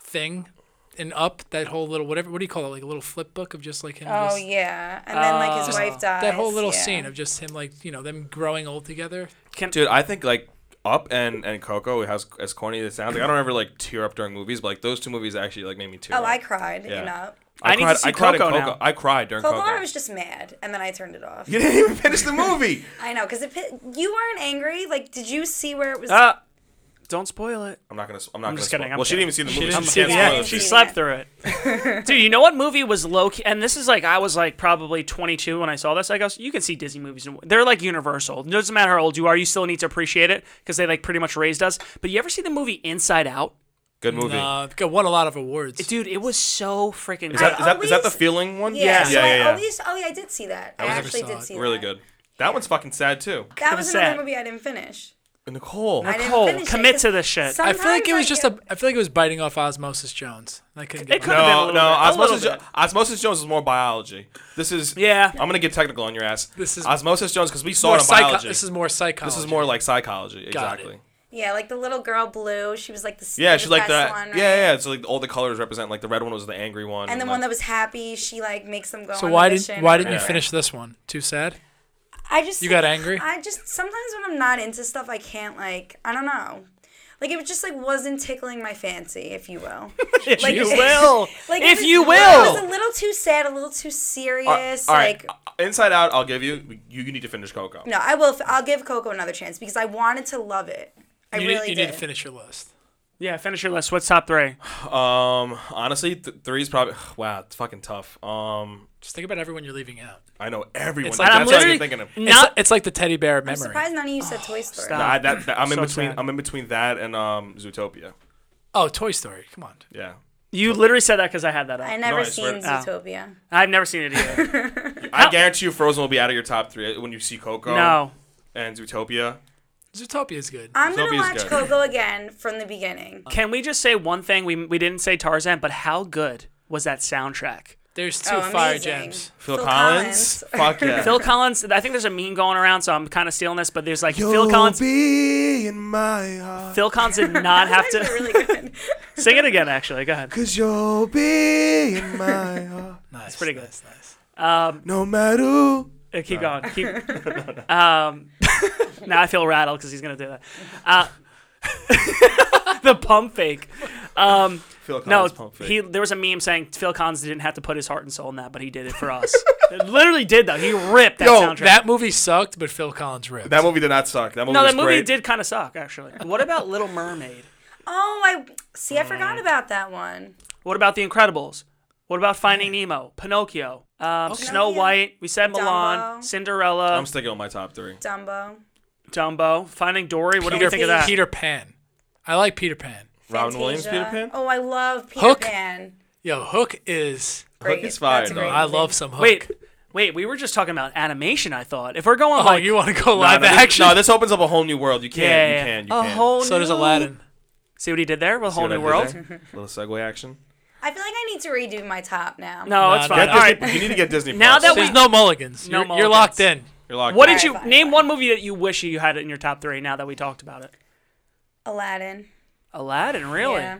thing in Up, that whole little whatever, what do you call it? Like a little flip book of just like him. Oh just, yeah, and then like his wife dies. That whole little yeah. scene of just him, like you know, them growing old together. Dude, I think like Up and and Coco, as as corny as it sounds, like I don't ever like tear up during movies, but like those two movies actually like made me tear. Oh, up. I cried. You Yeah. know. I need to cried, see I cried in Coco now. I cried during Although Coco. I was just mad, and then I turned it off. you didn't even finish the movie. I know, cause it, pi- you weren't angry. Like, did you see where it was? Uh, don't spoil it. I'm not gonna. I'm not gonna. just spoil- kidding, I'm well, she didn't even see the movie. didn't so see she it. can't spoil Yeah, I it. didn't She see slept through it. Dude, you know what movie was low key? And this is like, I was like probably 22 when I saw this. I guess you can see Disney movies. in- They're like universal. It doesn't matter how old you are, you still need to appreciate it because they like pretty much raised us. But you ever see the movie Inside Out? Good movie. Uh, got- won a lot of awards. Dude, it was so freaking Is that, is, that, is that the always- feeling one? yeah, yeah. so yeah, yeah. I yeah. always, oh yeah, I did see that. I, never actually saw did it. see Really that. good. That one's fucking sad too. That was another sad. movie I didn't finish. And Nicole. I didn't Nicole, finish it, commit 'cause to this shit. I feel like sometimes it was I just get- a. I feel like it was biting off Osmosis Jones. I couldn't It get. could behind have No, been no. a little bit. A Osmosis, little jo- Osmosis Jones is more biology. This is. Yeah. I'm gonna get technical on your ass. This is- Osmosis Jones because we it. saw More it on psycho- biology. This is more psychology. This is more like psychology. Got it. Exactly. Yeah, like the little girl blue. She was like the Yeah, she like that. depressed One, right? Yeah, yeah. So like all the colors represent like the red one was the angry one. And the like- one that was happy, she like makes them go. So on why the didn't mission why or didn't you whatever. finish this one? Too sad. I just You got angry? I just sometimes when I'm not into stuff, I can't like I don't know. Like it was just like wasn't tickling my fancy, if you will. bit. If like- you will. Like it if was- you it was a will. little too sad, a little too All serious. right, all right. Uh, like Inside Out, I'll give you. You, you need to finish Coco. no, I will. f- I'll give Coco another chance because I wanted to love it. I You, need- really you did. need to finish your list. Yeah, finish your list. What's top three? Um, honestly, th- three's probably. Wow, it's fucking tough. Um, Just think about everyone you're leaving out. I know everyone. It's like- That's And I'm what I've literally been thinking of. It's, not. li- it's like the teddy bear of I'm memory. surprised none of you said Toy Story. stop. Nah, I, that, that- I'm in So between. sad. I'm in between that and um Zootopia. Oh, Toy Story. Come on. Yeah, You literally said that because I had that I up. never I swear seen to- Zootopia. I've never seen it either. Oh. I guarantee you, Frozen will be out of your top three when you see Coco. no. And Zootopia. Zootopia is good. I'm gonna Zombies watch good. Coco again from the beginning. Can we just say one thing? We, we didn't say Tarzan, but how good was that soundtrack? There's two Oh, fire amazing. gems. Phil, Collins. Fuck yeah. Phil Collins, I think there's a meme going around, so I'm kind of stealing this, but there's like Phil Collins. be in my heart. Phil Collins did not have to Actually really good. sing it again. Actually, go ahead. Cause you'll oh, be in my heart. Nice. That's pretty good. Nice, nice. No matter. Uh, Keep going. Keep. um, now I feel rattled because he's gonna do that. Uh, the pump fake. Phil No, Collins. Oh, pump fake. he. There was a meme saying Phil Collins didn't have to put his heart and soul in that, but he did it for us. It literally did though. He ripped that Yo, soundtrack. That movie sucked, but Phil Collins ripped. that movie did not suck. That movie no, was that movie great. did kind of suck actually. What about Little Mermaid? Oh, I see. I forgot Mm. about that one. What about The Incredibles? What about Finding Nemo, Pinocchio, um, Snow Pinocchio. White? We said Milan, Oh, Dumbo. Cinderella, I'm sticking with my top three. Dumbo. Dumbo, Finding Dory. What do we think of that? Peter Pan. I like Peter Pan. Robin Williams, Peter Pan. Fantasia. Oh, I love Peter Hook. Pan. Yo, Hook is. Great. is fire, That's a though. great I movie. love some Hook. Wait, wait. We were just talking about animation. I thought if we're going Oh, like you want to go No, live no, this- action? no, this opens up a whole new world. You can't. yeah, you yeah, can. You a can. whole so does new- Aladdin. See what he did there? With a See whole what I new did world. there? Little segue action. I feel like I need to redo my top now. No, Nah, it's nah, fine. nah. All right. Disney- You need to get Disney. Now Plus. that we- There's no mulligans. No you're, you're locked in. mulligans. You're locked What in. did you Fine, fine, name? One movie that you wish you had it in your top three. Now that we talked about it, Aladdin. Aladdin. Really? Yeah.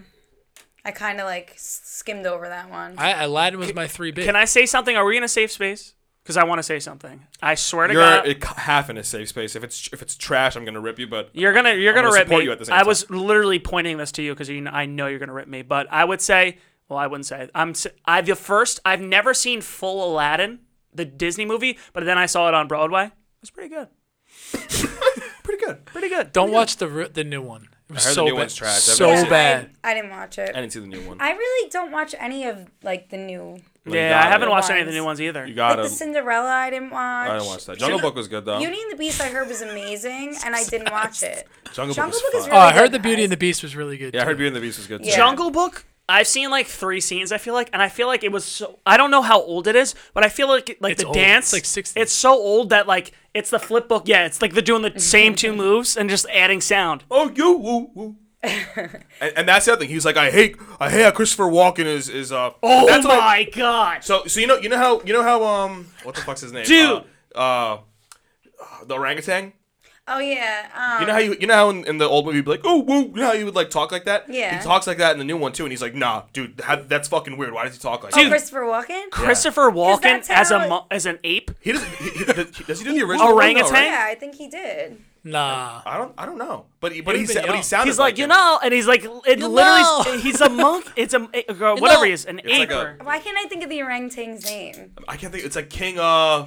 I kind of like s- skimmed over that one. I, Aladdin was my three big. Can I say something? Are we in a safe space? Because I want to say something. I swear to You're God. a- half in a safe space. If it's if it's trash, I'm gonna rip you. But You're gonna you're gonna, gonna rip support me. you at the same I time. was literally pointing this to you because you kn- I know you're gonna rip me. But I would say, well, I wouldn't say. It. I'm s- I the first I've never seen full Aladdin, the Disney movie, but then I saw it on Broadway. It was pretty good. pretty good. Pretty good. Don't watch the re- the new one. It was heard the so new bad. one's trash. I've So never seen it. bad. I, I didn't watch it. I didn't see the new one. I really don't watch any of like the new. Well, you yeah, I gotta- haven't watched any of the ones. new ones either. You Like gotta. the Cinderella, I didn't watch. I didn't watch that. Jungle Book was good though. Beauty and the Beast, I heard was amazing, and I didn't watch it. Jungle, Jungle Book Book was is fun. Oh, I good, heard the Beauty guys. and the Beast was really good. yeah, I heard too. Beauty and the Beast was good. Yeah. Too. Jungle Book. I've seen like three scenes. I feel like, and I feel like it was so. I don't know how old it is, but I feel like like It's the old. dance, It's like 60s. It's so old that like it's the flip book. Yeah, it's like they're doing the same two moves and just adding sound. Oh, you. Woo, woo. and, and that's the other thing. He's like, I hate, I hate how Christopher Walken is is uh. Oh that's what I- my god! So so you know you know how you know how um what the fuck's his name Dude. uh, uh the orangutan. Oh yeah. Um, You know how you you know how in, in the old movie you'd be like oh woo you know how you would like talk like that Yeah. he talks like that in the new one too and he's like nah dude that, that's fucking weird why does he talk like oh, that Christopher Walken. Christopher Walken that's as a how- mo- as an ape. he does he, he, does he Oh, do the original one, though, Orangutan? right? Yeah, I think he did. Nah. I don't I don't know but he, but he He's been sa- but he young. sounded He's like, you him. know, and he's like, it know. literally, he's a monk. It's a a- a- whatever he is, an It's like ape. a- or- Why can't I think of the orangutan's name? I can't think it's like king uh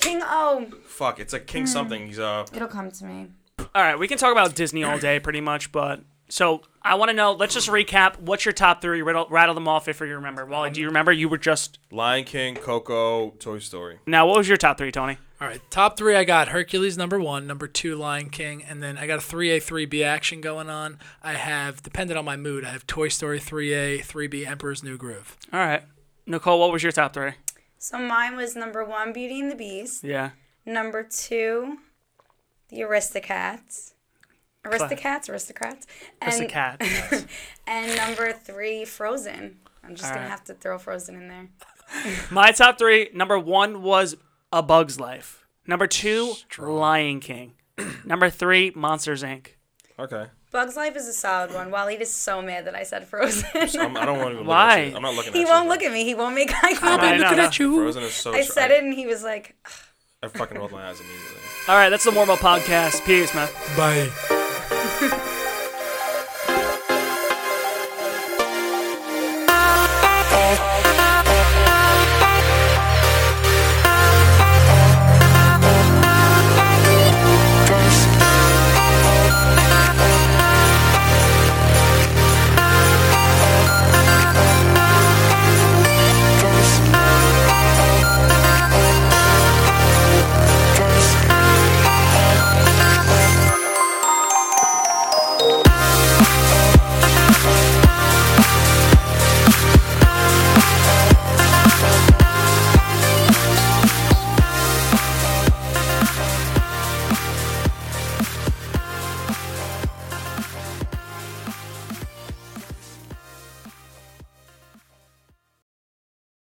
King. Oh, fuck it's like king something he's uh it'll come to me. all right, we can talk about Disney all day, pretty much. But so I want to know. Let's just recap. What's your top three? Rattle, rattle them off if you remember. Wally, do you remember? You were just Lion King Coco Toy Story now. What was your top three, Tony? All right. Top three I got Hercules number one, number two Lion King, and then I got a three A, three B action going on. I have depending on my mood, I have Toy Story three A, three B Emperor's New Groove. All right, Nicole, what was your top three? So mine was number one, Beauty and the Beast. Yeah, Number two, the Aristocats. Aristocats, Aristocrats. And, it's a cat. And number three, Frozen. I'm just gonna Alright. have to throw Frozen in there. My top three. Number one was A Bug's Life. Number two, Lion King. number three, Monsters Inc. okay Bug's Life is a solid one. Waleed is so mad that I said Frozen. I'm, I don't want to even Why? look at you. I'm not looking at he you, won't bro. look at me. He won't make eye I contact. know, no. you. Frozen is so I tr- said it, and he was like, I fucking rolled my eyes immediately. All right, that's the warm up podcast. Peace, man. Bye.